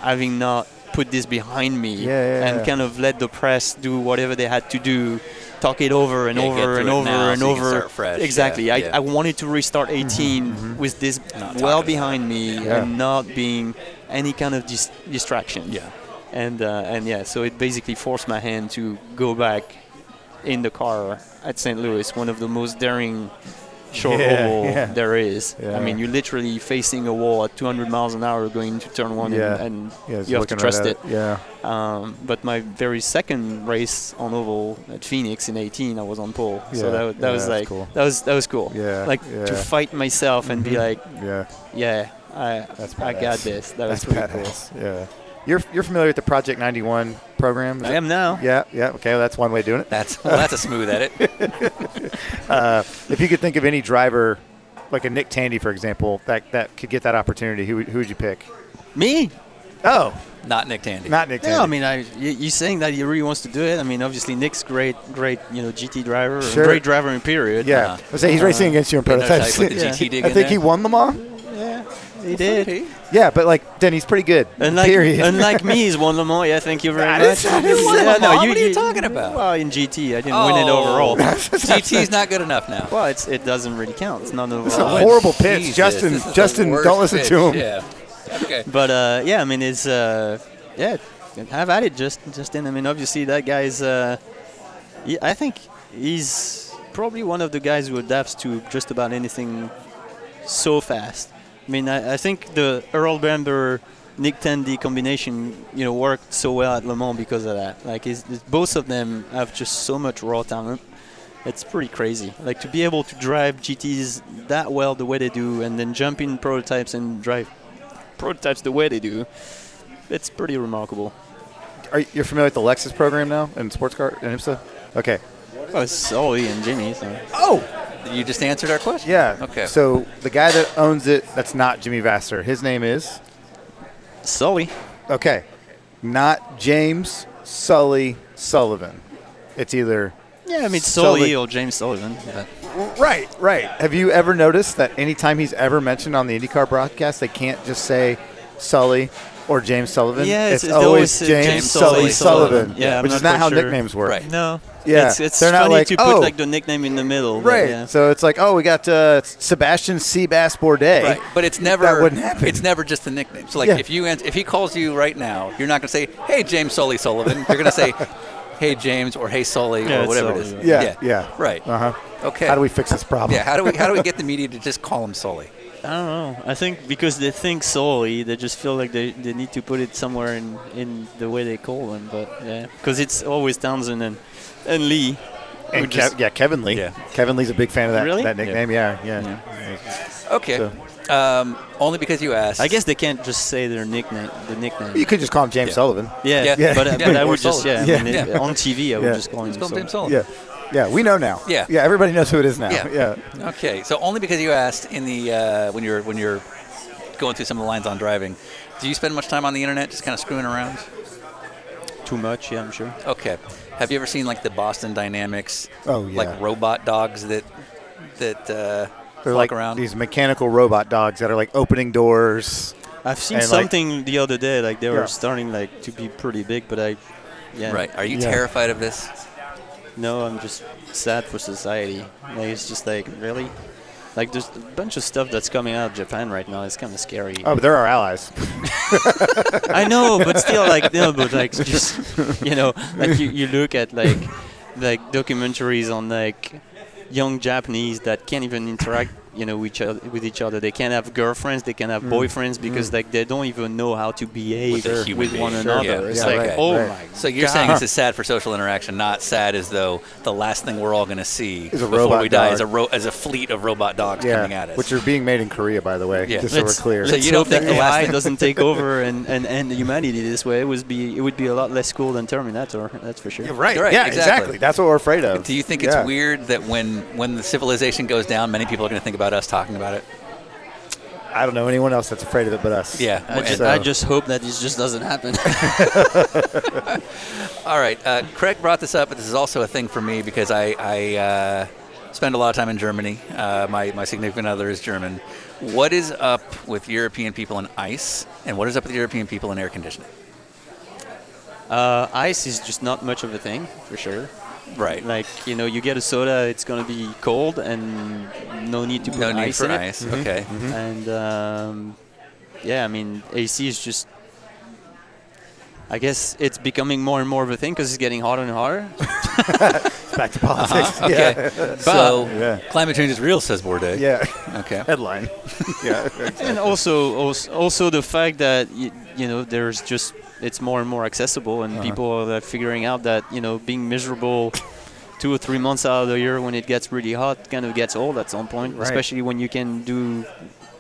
Speaker 5: having not put this behind me
Speaker 1: Yeah, yeah,
Speaker 5: and
Speaker 1: yeah.
Speaker 5: kind of let the press do whatever they had to do, talk it over and
Speaker 4: Yeah, get
Speaker 5: over
Speaker 4: through
Speaker 5: and
Speaker 4: it
Speaker 5: over
Speaker 4: now
Speaker 5: and
Speaker 4: so you can
Speaker 5: over.
Speaker 4: start fresh.
Speaker 5: Exactly.
Speaker 4: Yeah,
Speaker 5: I,
Speaker 4: yeah.
Speaker 5: I wanted to restart 18 with this
Speaker 4: Not
Speaker 5: well
Speaker 4: talking about
Speaker 5: behind me
Speaker 1: Mm-hmm. Yeah.
Speaker 5: and not being any kind of dis- distraction
Speaker 4: Yeah.
Speaker 5: and uh, and yeah, so it basically forced my hand to go back in the car at St. Louis, one of the most daring short
Speaker 1: Yeah,
Speaker 5: oval
Speaker 1: yeah.
Speaker 5: there is. I
Speaker 1: Yeah.
Speaker 5: mean, you're literally facing a wall at 200 miles an hour going to turn one,
Speaker 1: Yeah.
Speaker 5: and, and
Speaker 1: Yeah. just
Speaker 5: you have to
Speaker 1: looking right
Speaker 5: trust
Speaker 1: at
Speaker 5: it.
Speaker 1: Yeah.
Speaker 5: Um, but my very second race on oval at Phoenix in 18, I was on pole, so
Speaker 1: Yeah,
Speaker 5: that, wa- that
Speaker 1: yeah,
Speaker 5: was
Speaker 1: that's
Speaker 5: like
Speaker 1: cool.
Speaker 5: that was that was cool.
Speaker 1: Yeah,
Speaker 5: like to
Speaker 1: yeah.
Speaker 5: fight myself and be like,
Speaker 1: Yeah.
Speaker 5: yeah, I
Speaker 1: That's
Speaker 5: I got
Speaker 1: badass.
Speaker 5: this. That
Speaker 1: That's
Speaker 5: was pretty cool.
Speaker 1: badass. Yeah. You're you're familiar with the Project 91 program? is
Speaker 5: I
Speaker 1: it?
Speaker 5: am now.
Speaker 1: Yeah. Yeah. Okay. well, that's one way of doing it.
Speaker 4: That's well, that's a smooth edit.
Speaker 1: If you could think of any driver, like a Nick Tandy, for example, that that could get that opportunity, who would- who would you pick?
Speaker 5: Me?
Speaker 1: Oh,
Speaker 4: Not Nick Tandy.
Speaker 1: not Nick Tandy.
Speaker 5: Yeah, I mean, I, you, you saying that he really wants to do it. I mean, obviously Nick's great, great, you know, GT driver,
Speaker 1: Sure.
Speaker 5: great driver in period.
Speaker 1: Yeah,
Speaker 4: Uh,
Speaker 1: I say he's racing against you in
Speaker 4: Wait, no, sorry,
Speaker 1: prototypes.
Speaker 4: put the
Speaker 5: Yeah.
Speaker 4: GT dig
Speaker 1: I
Speaker 4: in
Speaker 1: think
Speaker 4: there.
Speaker 1: he won the Mont.
Speaker 5: yeah, he did.
Speaker 1: Yeah, but like then he's pretty good.
Speaker 5: Unlike,
Speaker 1: period.
Speaker 5: unlike me, he's won Le Mans. Yeah, thank you very
Speaker 1: I
Speaker 5: much.
Speaker 1: didn't- I didn't
Speaker 4: win Le
Speaker 5: Yeah, no,
Speaker 4: Mans. What are you talking about?
Speaker 5: Well, in GT, I didn't win it overall.
Speaker 4: GT's Oh. not good enough now.
Speaker 5: Well, it's, it doesn't really count. It's not
Speaker 1: It's a
Speaker 5: overall.
Speaker 1: horrible pitch,
Speaker 4: Oh, Jesus,
Speaker 1: Justin.
Speaker 4: this is the
Speaker 1: Justin,
Speaker 4: worst
Speaker 1: don't listen
Speaker 4: pitch.
Speaker 1: to him.
Speaker 4: Yeah. Okay.
Speaker 5: But uh, yeah, I mean, it's uh, yeah, have at it, Justin. Justin. I mean, obviously that guy is. Uh, he, I think he's probably one of the guys who adapts to just about anything so fast. I mean, I, I think the Earl Bamber. Nick Tandy combination, you know, worked so well at Le Mans because of that. Like, it's, it's, both of them have just so much raw talent. It's pretty crazy. Like to be able to drive GTS that well the way they do, and then jump in prototypes and drive prototypes the way they do, it's pretty remarkable.
Speaker 1: Are you you're familiar with the Lexus program now in sports car and IMSA? Okay.
Speaker 5: Oh, it's Ollie and Jimmy. So.
Speaker 1: Oh,
Speaker 4: you just answered our question.
Speaker 1: yeah.
Speaker 4: Okay.
Speaker 1: So the guy that owns it, that's not Jimmy Vassar. His name is
Speaker 5: Sully.
Speaker 1: okay, not James Sully Sullivan. It's either
Speaker 5: Yeah, I mean
Speaker 1: Sully.
Speaker 5: Sully, or James Sullivan. Yeah.
Speaker 1: Right, right. Have you ever noticed that anytime he's ever mentioned on the IndyCar broadcast, they can't just say Sully or James Sullivan?
Speaker 5: Yeah,
Speaker 1: it's,
Speaker 5: it's- it's
Speaker 1: always
Speaker 5: always, uh,
Speaker 1: James,
Speaker 5: James
Speaker 1: Sully
Speaker 5: Sully
Speaker 1: Sullivan.
Speaker 5: Sullivan. Yeah, I'm
Speaker 1: which is
Speaker 5: not
Speaker 1: not how
Speaker 5: quite sure.
Speaker 1: nicknames work.
Speaker 4: Right.
Speaker 5: No.
Speaker 1: Yeah,
Speaker 5: It's, it's
Speaker 1: they're not
Speaker 5: funny
Speaker 1: like,
Speaker 5: to
Speaker 1: "Oh."
Speaker 5: put like the nickname in the middle. but
Speaker 1: Right.
Speaker 5: yeah.
Speaker 1: So it's like, oh, we got uh, Sebastian Seabass Bourdais.
Speaker 4: Right, but it's never
Speaker 1: that wouldn't happen.
Speaker 4: It's never just the nickname. So like
Speaker 1: Yeah.
Speaker 4: if you ans- if he calls you right now, you're not going to say, "Hey James Sully Sullivan." You're going to say, "Hey James" or "Hey Sully" or
Speaker 5: Yeah, it's
Speaker 4: whatever it
Speaker 5: Sully,
Speaker 4: is.
Speaker 1: yeah, yeah.
Speaker 4: Right.
Speaker 1: Uh huh.
Speaker 4: Okay.
Speaker 1: How do we fix this problem?
Speaker 4: Yeah. How do we how do we get the media to just call him Sully?
Speaker 5: I don't know. I think because they think solely, they just feel like they, they need to put it somewhere in, in the way they call them. But yeah, because it's always Townsend and, and Lee.
Speaker 1: and
Speaker 5: who just-
Speaker 1: Kev- yeah, Kevin Lee.
Speaker 4: Yeah.
Speaker 1: Kevin Lee's a big fan of that,
Speaker 5: Really?
Speaker 1: that nickname. Yeah, yeah.
Speaker 4: Okay. Um, only because you asked.
Speaker 5: I guess they can't just say their nickname. The nickname.
Speaker 1: You could just call him James
Speaker 4: Yeah.
Speaker 1: Sullivan.
Speaker 5: yeah,
Speaker 4: Yeah.
Speaker 5: but,
Speaker 4: Yeah.
Speaker 5: uh, but
Speaker 4: Yeah.
Speaker 5: I
Speaker 4: Or
Speaker 5: would just yeah,
Speaker 4: Sullivan.
Speaker 5: I mean,
Speaker 1: Yeah.
Speaker 5: it- on TV I would
Speaker 1: Yeah.
Speaker 5: just call him.
Speaker 4: Let's call him
Speaker 5: Sully.
Speaker 4: James Sullivan.
Speaker 1: Yeah, yeah. We know now.
Speaker 4: Oh. Yeah.
Speaker 1: yeah. Everybody knows who it is now.
Speaker 4: Yeah.
Speaker 1: yeah.
Speaker 4: Okay, so only because you asked in the uh, when you're when you're going through some of the lines on driving, do you spend much time on the internet just kind of screwing around?
Speaker 5: Too much, yeah, I'm sure.
Speaker 4: Okay, have you ever seen like the Boston Dynamics,
Speaker 1: Oh, yeah.
Speaker 4: like robot dogs that that uh,
Speaker 1: They're
Speaker 4: walk
Speaker 1: like
Speaker 4: around?
Speaker 1: these mechanical robot dogs that are like opening doors.
Speaker 5: I've seen
Speaker 1: And, like-
Speaker 5: something the other day. Like they were
Speaker 1: Yeah.
Speaker 5: starting like to be pretty big, but I, yeah,
Speaker 4: right? Are you
Speaker 1: Yeah.
Speaker 4: terrified of this?
Speaker 5: No, I'm just sad for society. Like it's just like really, like there's a bunch of stuff that's coming out of Japan right now. It's kind of scary.
Speaker 1: Oh, but they're our allies.
Speaker 5: I know, but still, like no, but like just you know, like you, you look at like like documentaries on like young Japanese that can't even interact, you know, with each other. With each other. They can't have girlfriends, they can't have boyfriends because like they don't even know how to behave
Speaker 4: With a human
Speaker 5: with, one
Speaker 4: being.
Speaker 5: another.
Speaker 4: Yeah,
Speaker 5: It's
Speaker 1: yeah,
Speaker 5: like
Speaker 1: right,
Speaker 5: oh
Speaker 1: right.
Speaker 5: my
Speaker 4: So you're saying this is sad for social interaction, not sad as though the last thing we're all going to see
Speaker 1: Is a
Speaker 4: before
Speaker 1: robot
Speaker 4: we die
Speaker 1: dog.
Speaker 4: is a ro- is a fleet of robot dogs coming at us.
Speaker 1: which are being made in Korea, by the way.
Speaker 4: Yeah.
Speaker 1: Just so we're
Speaker 5: Let's-
Speaker 1: clear.
Speaker 4: So
Speaker 5: let's
Speaker 4: you don't
Speaker 5: hope that
Speaker 4: think the last
Speaker 5: AI
Speaker 4: thing-
Speaker 5: doesn't take over and, and, and humanity this way. It would be it would be a lot less cool than Terminator. That's for sure.
Speaker 1: right.
Speaker 4: Right,
Speaker 1: Yeah, exactly.
Speaker 4: exactly.
Speaker 1: That's what we're afraid of.
Speaker 4: do you think it's
Speaker 1: Yeah.
Speaker 4: weird that when, when the civilization goes down, many people are going to think about us talking about it?
Speaker 1: I don't know anyone else that's afraid of it but us.
Speaker 4: Yeah.
Speaker 5: I just,
Speaker 1: So-
Speaker 5: I just hope that it just doesn't happen.
Speaker 4: All right, uh, Craig brought this up, but this is also a thing for me because I, I uh, spend a lot of time in Germany. Uh, my, my significant other is German. What is up with European people in ice, and what is up with European people in air conditioning?
Speaker 5: uh, ice is just not much of a thing for sure.
Speaker 4: Right.
Speaker 5: Like you know, you get a soda, it's gonna be cold and no need to put
Speaker 4: No need
Speaker 5: ice
Speaker 4: for
Speaker 5: in it. Mm-hmm.
Speaker 4: ice. Mm-hmm. Okay.
Speaker 5: And um, yeah, I mean, AC is just. I guess it's becoming more and more of a thing because it's getting hotter and hotter.
Speaker 1: back to politics.
Speaker 4: Uh-huh. Okay. So
Speaker 1: Yeah.
Speaker 4: climate change is real, says Bourdain.
Speaker 1: Yeah. yeah.
Speaker 4: Okay.
Speaker 1: Headline. yeah.
Speaker 5: and also, also also the fact that you, you know there's just it's more and more accessible and
Speaker 4: Uh-huh.
Speaker 5: people are like, figuring out that you know being miserable two or three months out of the year when it gets really hot kind of gets old at some point
Speaker 1: Right.
Speaker 5: especially when you can do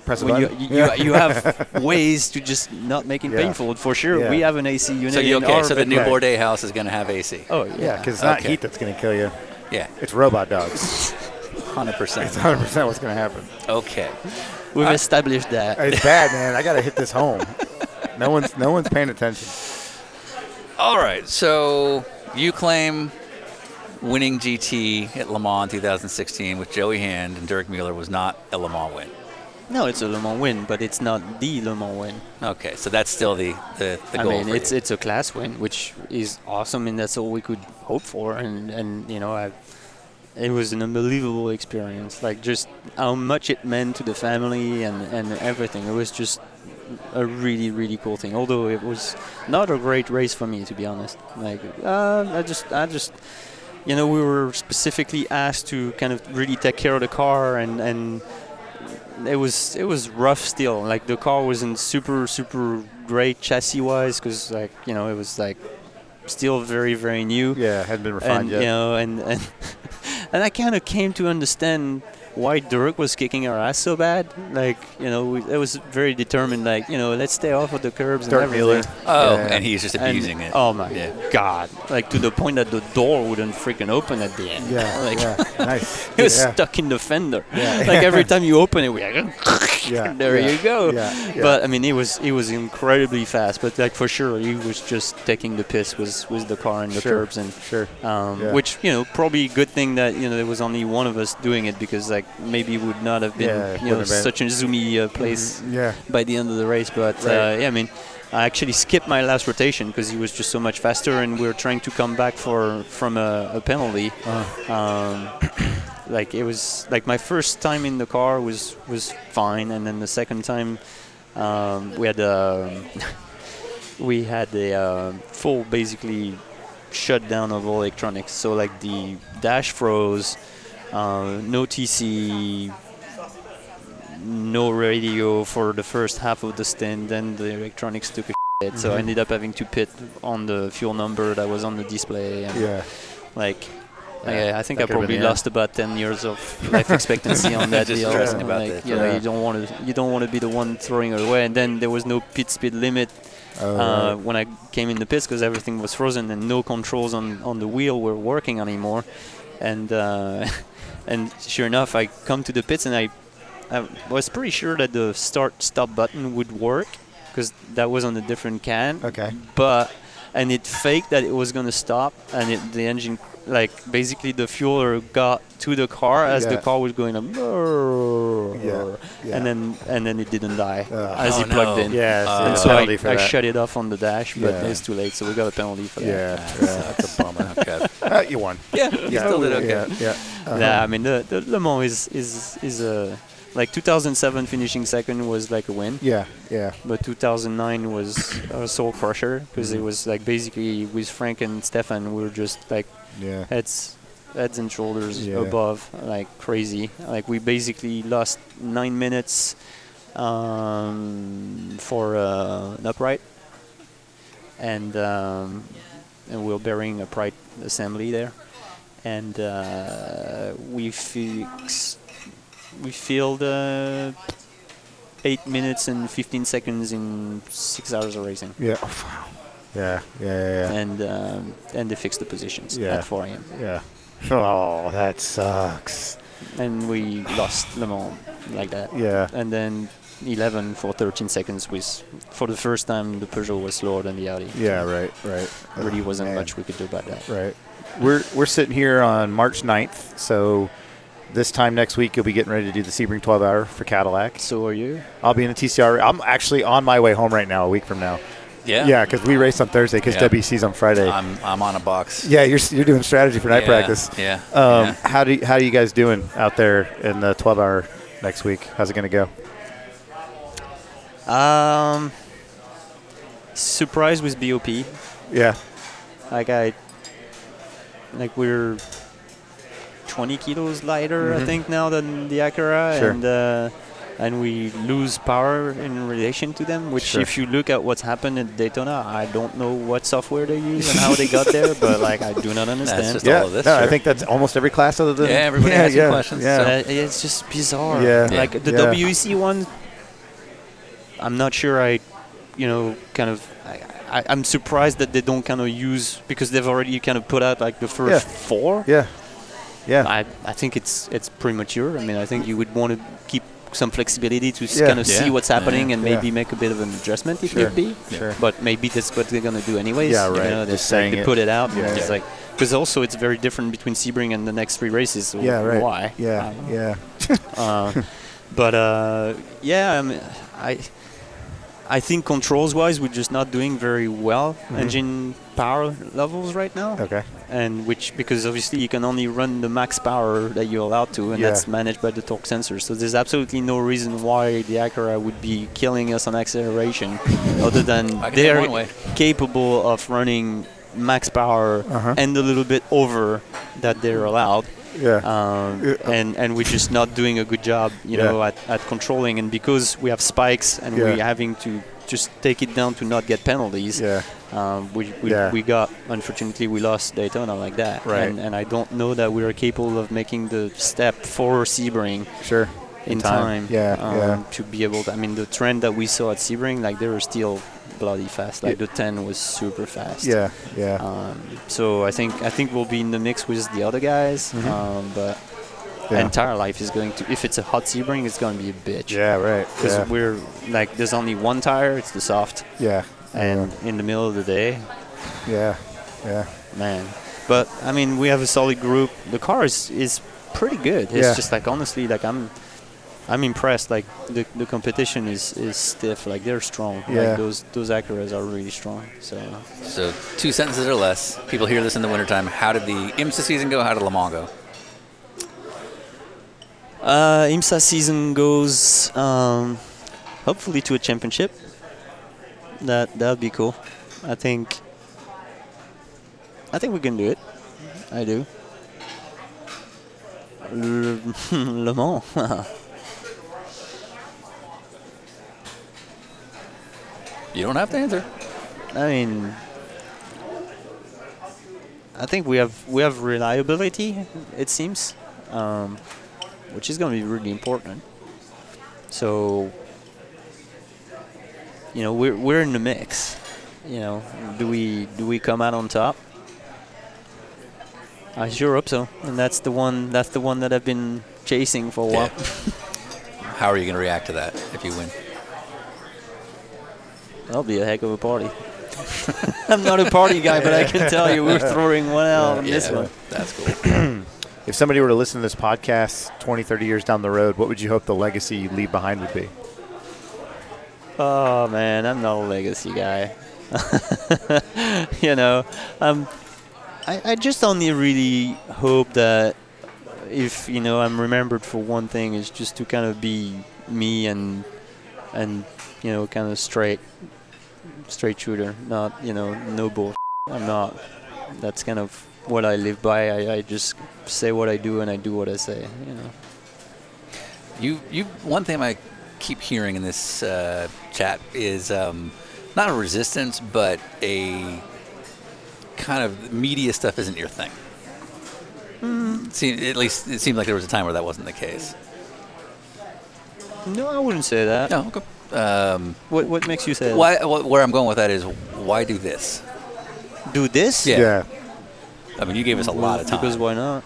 Speaker 1: Press a
Speaker 5: when you,
Speaker 1: button.
Speaker 5: you,
Speaker 1: Yeah.
Speaker 5: you have ways to just not make it
Speaker 1: Yeah.
Speaker 5: painful for sure
Speaker 1: Yeah.
Speaker 5: we have an AC unit
Speaker 4: So you
Speaker 5: in
Speaker 4: okay?
Speaker 5: our
Speaker 4: So the new
Speaker 1: Right.
Speaker 4: Bourdain house is going to have AC.
Speaker 5: oh
Speaker 1: Yeah,
Speaker 5: yeah,
Speaker 1: because it's not
Speaker 4: Okay.
Speaker 1: heat that's going to kill you.
Speaker 4: Yeah,
Speaker 1: It's robot dogs.
Speaker 4: hundred
Speaker 1: It's
Speaker 4: percent.
Speaker 1: 100% what's going to happen.
Speaker 4: Okay.
Speaker 5: we've established that
Speaker 1: It's bad, man. I got to hit this home. No one's no one's paying attention.
Speaker 4: All right. So you claim winning GT at Le Mans 2016 with Joey Hand and Derek Mueller was not a Le Mans win.
Speaker 5: no it's a Le Mans win but it's not the Le Mans win
Speaker 4: Okay, so that's still the the, the
Speaker 5: I
Speaker 4: goal.
Speaker 5: mean,
Speaker 4: for
Speaker 5: it's
Speaker 4: you.
Speaker 5: it's a class win, which is awesome, and that's all we could hope for. And and you know, I, it was an unbelievable experience. Like just how much it meant to the family and and everything. It was just a really really cool thing. Although it was not a great race for me to be honest. Like uh, I just I just you know we were specifically asked to kind of really take care of the car and and it was it was rough still. Like the car wasn't super super great chassis wise because like you know it was like still very very new
Speaker 1: Yeah, hadn't been refined
Speaker 5: and
Speaker 1: yet.
Speaker 5: you know, and and, and I kind of came to understand why Dirk was kicking our ass so bad. Like you know, we, it was very determined. Like you know, let's stay off of the curbs.
Speaker 1: Dirk
Speaker 5: and
Speaker 1: Mueller.
Speaker 5: everything.
Speaker 4: Oh,
Speaker 1: Yeah.
Speaker 4: and he's just
Speaker 5: And-
Speaker 4: abusing it.
Speaker 5: Oh my
Speaker 4: Yeah.
Speaker 5: god! Like to the point that the door wouldn't freaking open at the end.
Speaker 1: Yeah,
Speaker 5: like
Speaker 1: yeah. nice.
Speaker 5: it was
Speaker 1: yeah.
Speaker 5: stuck in the fender. like every time you open it, we like.
Speaker 1: Yeah,
Speaker 5: there
Speaker 1: yeah,
Speaker 5: you go.
Speaker 1: yeah, yeah.
Speaker 5: But I mean, it was it was incredibly fast. But like for sure, he was just taking the piss with with the car and the
Speaker 1: Sure,
Speaker 5: curbs and
Speaker 1: sure,
Speaker 5: Um,
Speaker 1: yeah.
Speaker 5: Which you know probably a good thing that you know there was only one of us doing it because like maybe would not have been
Speaker 1: Yeah, it
Speaker 5: you know
Speaker 1: wouldn't have been. Mm-hmm.
Speaker 5: such a zoomy uh, place
Speaker 1: yeah.
Speaker 5: by the end of the race. But
Speaker 1: Right.
Speaker 5: uh, yeah, I mean. I actually skipped my last rotation because he was just so much faster, and we were trying to come back for from a, a penalty.
Speaker 1: Uh.
Speaker 5: Um, like it was like my first time in the car was was fine and then the second time um, we had um we had a uh, full basically shutdown of all electronics so like the dash froze uh, no tc no radio for the first half of the stint then the electronics took a shit, so i ended up having to pit on the fuel number that was on the display and
Speaker 1: Yeah.
Speaker 5: like,
Speaker 1: Yeah,
Speaker 5: yeah, I think
Speaker 1: that
Speaker 5: I
Speaker 1: could've been
Speaker 5: probably
Speaker 1: the end.
Speaker 5: lost about 10 years of life expectancy on that
Speaker 4: Just
Speaker 5: deal.
Speaker 4: stressing about
Speaker 5: like,
Speaker 4: that.
Speaker 5: You, know,
Speaker 1: Yeah.
Speaker 5: you don't want to you don't want to be the one throwing it away. And then there was no pit speed limit
Speaker 1: Oh,
Speaker 5: uh, when I came in the pits because everything was frozen and no controls on on the wheel were working anymore. And uh, and sure enough, I come to the pits and I I was pretty sure that the start stop button would work because that was on a different can.
Speaker 1: Okay.
Speaker 5: But and it faked that it was gonna stop, and it, the engine like basically the fueler got to the car as the
Speaker 1: Yeah.
Speaker 5: car was going up,
Speaker 1: Yeah, yeah.
Speaker 5: and then and then it didn't die
Speaker 1: Ugh.
Speaker 5: as
Speaker 4: Oh,
Speaker 5: he plugged
Speaker 4: no.
Speaker 5: in.
Speaker 1: Yeah, so
Speaker 5: and
Speaker 1: a
Speaker 5: so
Speaker 1: penalty
Speaker 5: I,
Speaker 1: for
Speaker 5: I
Speaker 1: that.
Speaker 5: shut it off on the dash, but
Speaker 1: Yeah.
Speaker 5: it's too late, so we got a penalty for that.
Speaker 1: Yeah, yeah, that's a bummer.
Speaker 4: Okay.
Speaker 1: Uh, you won.
Speaker 5: Yeah,
Speaker 1: Yeah,
Speaker 4: still did okay.
Speaker 1: yeah, yeah. Uh-huh.
Speaker 5: Nah, I mean the, the Le Mans is is is a like 2007 finishing second was like a win.
Speaker 1: yeah, yeah,
Speaker 5: but 2009 was a soul crusher because it was like basically with Frank and Stefan, we were just like
Speaker 1: yeah.
Speaker 5: heads, heads and shoulders
Speaker 1: Yeah.
Speaker 5: above, like crazy. Like we basically lost nine minutes um, for uh, an upright, and um, and we were burying upright assembly there, and uh, we fix we filled uh, eight minutes and 15 seconds in six hours of racing.
Speaker 1: Yeah. Oh, wow. Yeah. Yeah. Yeah. Yeah.
Speaker 5: And um, and they fixed the positions
Speaker 1: Yeah.
Speaker 5: at 4 a.m.
Speaker 1: yeah. Oh, that sucks.
Speaker 5: and we lost Le Mans like that.
Speaker 1: Yeah.
Speaker 5: And then 11 for 13 seconds was for the first time the Peugeot was slower than the Audi.
Speaker 1: Yeah. Right. Right.
Speaker 5: Really
Speaker 1: Oh,
Speaker 5: wasn't
Speaker 1: man.
Speaker 5: much we could do about that.
Speaker 1: Right. We're we're sitting here on March 9th, so this time next week you'll be getting ready to do the Sebring 12 hour for Cadillac.
Speaker 5: So are you?
Speaker 1: I'll be in a TCR. I'm actually on my way home right now, a week from now.
Speaker 4: Yeah.
Speaker 1: Yeah, because we race on Thursday because
Speaker 4: Yeah.
Speaker 1: WC's on Friday.
Speaker 4: I'm, I'm on a box.
Speaker 1: yeah, you're s- you're doing strategy for night
Speaker 4: Yeah,
Speaker 1: practice.
Speaker 4: yeah,
Speaker 1: Um,
Speaker 4: yeah.
Speaker 1: How do you, how are you guys doing out there in the 12 hour next week? How's it going to go?
Speaker 5: Um, surprise with BOP.
Speaker 1: Yeah.
Speaker 5: Like I, like we're 20 kilos lighter, I think, now than the
Speaker 1: Mm-hmm.
Speaker 5: Acura,
Speaker 1: Sure.
Speaker 5: and uh, and we lose power in relation to them. Which,
Speaker 1: Sure.
Speaker 5: if you look at what's happened at Daytona, I don't know what software they use and how they got there, but like I do not understand.
Speaker 4: just It's
Speaker 1: yeah.
Speaker 4: all of this,
Speaker 1: no, I
Speaker 4: sure.
Speaker 1: think that's almost every class other than
Speaker 4: Yeah, everybody
Speaker 1: yeah,
Speaker 4: has some
Speaker 1: yeah,
Speaker 4: questions,
Speaker 1: Yeah.
Speaker 5: Uh, it's just bizarre.
Speaker 1: Yeah.
Speaker 4: Yeah.
Speaker 5: Like the
Speaker 1: Yeah.
Speaker 5: WEC one, I'm not sure I, you know, kind of. I, I, I'm surprised that they don't kind of use because they've already kind of put out like the first
Speaker 1: Yeah.
Speaker 5: four.
Speaker 1: yeah. Yeah.
Speaker 5: I, I think it's it's premature. I mean, I think you would want to keep some flexibility to
Speaker 1: Yeah.
Speaker 5: kind of
Speaker 4: Yeah.
Speaker 5: see what's happening and
Speaker 1: Yeah.
Speaker 5: maybe make a bit of an adjustment if
Speaker 1: Sure.
Speaker 5: need be.
Speaker 1: Sure.
Speaker 5: But maybe that's what they're gonna do anyways.
Speaker 1: Yeah,
Speaker 5: you
Speaker 1: right.
Speaker 5: know, they-
Speaker 1: Just
Speaker 5: like,
Speaker 1: saying
Speaker 5: they
Speaker 1: it.
Speaker 5: put it out.
Speaker 1: Yeah.
Speaker 5: And it's like because also it's very different between Sebring and the next three races. So
Speaker 1: Yeah, right.
Speaker 5: Why? I
Speaker 1: Yeah,
Speaker 5: don't know.
Speaker 1: yeah.
Speaker 5: Uh, but uh, yeah, I, mean, I I think controls wise, we're just not doing very well engine power levels right now.
Speaker 1: Mm-hmm. Okay.
Speaker 5: And which, because obviously you can only run the max power that you're allowed to, and
Speaker 1: Yeah.
Speaker 5: that's managed by the torque sensor. So there's absolutely no reason why the Acura would be killing us on acceleration, other than
Speaker 4: I can take
Speaker 5: they're
Speaker 4: one way.
Speaker 5: capable of running max power
Speaker 1: Uh-huh.
Speaker 5: and a little bit over that they're allowed
Speaker 1: Yeah.
Speaker 5: um,
Speaker 1: Yeah.
Speaker 5: and and we're just not doing a good job, you
Speaker 1: Yeah.
Speaker 5: know, at, at controlling. And because we have spikes and
Speaker 1: Yeah.
Speaker 5: we're having to just take it down to not get penalties,
Speaker 1: Yeah.
Speaker 5: um, we we,
Speaker 1: Yeah.
Speaker 5: we got unfortunately we lost Daytona like that.
Speaker 1: Right.
Speaker 5: And, and I don't know that we are capable of making the step for Sebring
Speaker 1: Sure.
Speaker 5: in time.
Speaker 1: Yeah.
Speaker 5: um,
Speaker 1: yeah.
Speaker 5: To be able, to, I mean, the trend that we saw at Sebring, like they were still bloody fast. Like
Speaker 1: Yeah.
Speaker 5: the 10 was super fast.
Speaker 1: Yeah. Yeah.
Speaker 5: Um, so I think I think we'll be in the mix with the other guys,
Speaker 1: Mm-hmm.
Speaker 5: um, but
Speaker 1: Yeah.
Speaker 5: entire life is going to if it's a hot Sebring, it's going to be a bitch.
Speaker 1: yeah. Right.
Speaker 5: because
Speaker 1: Yeah.
Speaker 5: we're like there's only one tire, it's the soft,
Speaker 1: Yeah.
Speaker 5: and in the middle of the day,
Speaker 1: Yeah. Yeah.
Speaker 5: man. But I mean, we have a solid group. The car is is pretty good. It's
Speaker 1: Yeah.
Speaker 5: just like honestly, like I'm. I'm impressed. Like the, the competition is, is stiff. Like they're strong.
Speaker 1: Yeah.
Speaker 5: Like those those Acuras are really strong. So
Speaker 4: So two sentences or less. People hear this in the wintertime. How did the IMSA season go? How did Le Mans go?
Speaker 5: Uh, IMSA season goes um, hopefully to a championship. That that'd be cool. I think. I think we can do it. I do. Le, Le Mans.
Speaker 4: You don't have to answer.
Speaker 5: I mean, I think we have we have reliability. It seems, um, which is going to be really important. So, you know, we're we're in the mix. You know, do we do we come out on top? I sure hope so, and that's the one that's the one that I've been chasing for a while.
Speaker 4: How are you going to react to that if you win?
Speaker 5: That'll be a heck of a party. I'm not a party guy, but I can tell you we're throwing one out on this one.
Speaker 4: that's cool.
Speaker 1: If somebody were to listen to this podcast 20, 30 years down the road, what would you hope the legacy you leave behind would be?
Speaker 5: Oh man, I'm not a legacy guy. you know, um, I, I just only really hope that if you know I'm remembered for one thing is just to kind of be me and and you know kind of straight straight shooter, not you know no bull. I'm not. That's kind of what I live by. I, I just say what I do and I do what I say. You know.
Speaker 4: You, you. One thing I keep hearing in this uh, chat is um, not a resistance, but a kind of media stuff isn't your thing. See, at least it seemed like there was a time where that wasn't the case.
Speaker 5: No, I wouldn't say that.
Speaker 4: No, okay. Um,
Speaker 5: What what makes you say that?
Speaker 4: why? wh- Where I'm going with that is, why do this?
Speaker 5: do this?
Speaker 4: Yeah. I mean, you gave us a lot of time.
Speaker 5: Mm-hmm. Because why not?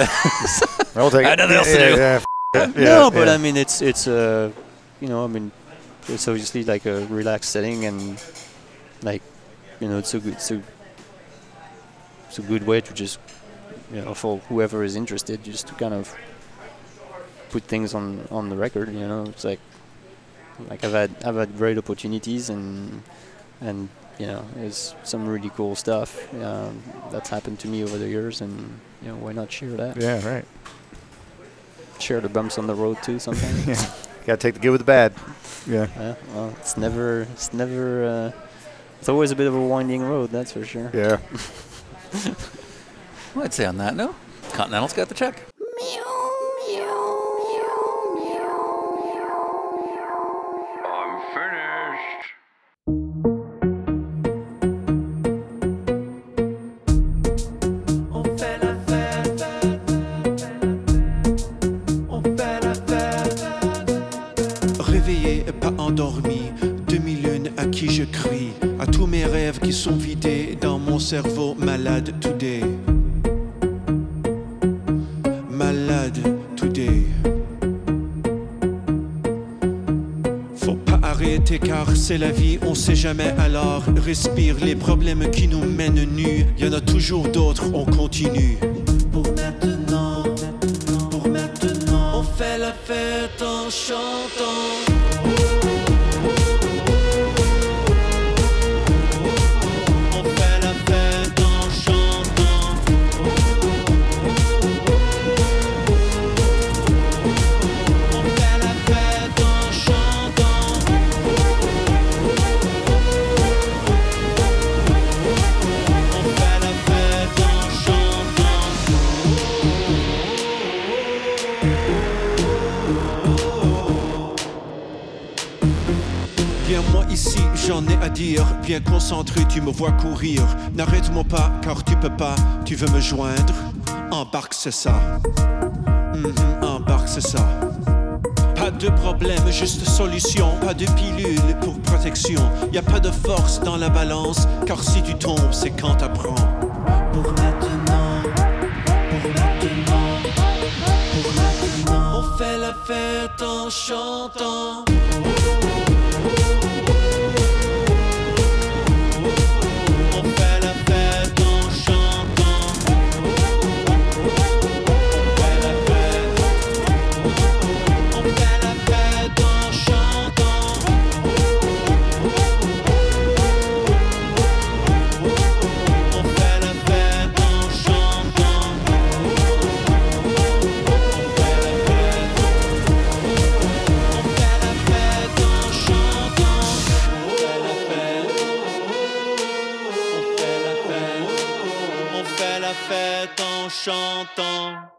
Speaker 1: I will take
Speaker 4: I
Speaker 1: it.
Speaker 4: had nothing else to
Speaker 1: yeah,
Speaker 4: do.
Speaker 1: yeah, f- it, yeah,
Speaker 5: no, but
Speaker 1: yeah.
Speaker 5: I mean it's it's uh, you know I mean it's obviously like a relaxed setting and like you know it's a good it's a, it's a good way to just you know for whoever is interested just to kind of put things on on the record you know it's like like I've had I've had great opportunities and and you know there's some really cool stuff um, that's happened to me over the years and you know why not share that
Speaker 1: yeah, right.
Speaker 5: share the bumps on the road too sometimes.
Speaker 1: Yeah. Got to take the good with the bad. Yeah.
Speaker 5: Yeah, well, it's never, it's never, uh, it's always a bit of a winding road, that's for sure.
Speaker 1: Yeah.
Speaker 4: Well, I'd say on that note, Continental's got the check.
Speaker 3: I'm finished.
Speaker 6: Réveillé, pas endormi, demi-lune à qui je crie, à tous mes rêves qui sont vidés dans mon cerveau malade today. Malade today. Faut pas arrêter car c'est la vie, on sait jamais alors. Respire les problèmes qui nous mènent nus, y en a toujours d'autres, on continue. Pour maintenant, pour maintenant, on fait la fête en chantant. ici, j'en ai à dire. Bien concentré, tu me vois courir. N'arrête-moi pas, car tu peux pas. Tu veux me joindre Embarque, c'est ça. Mhm, embarque, c'est ça. Pas de problème, juste solution. Pas de pilule pour protection. Y a pas de force dans la balance, car si tu tombes, c'est quand t'apprends. Pour maintenant, pour maintenant, pour maintenant. On fait la fête en chantant. On fait la fête en chantant. On fait la fête. On fait la fête en chantant. On fait la fête en chantant. On fait la fête. On fait la fête en chantant. On fait la fête. On fait la fête. On fait la fête en chantant.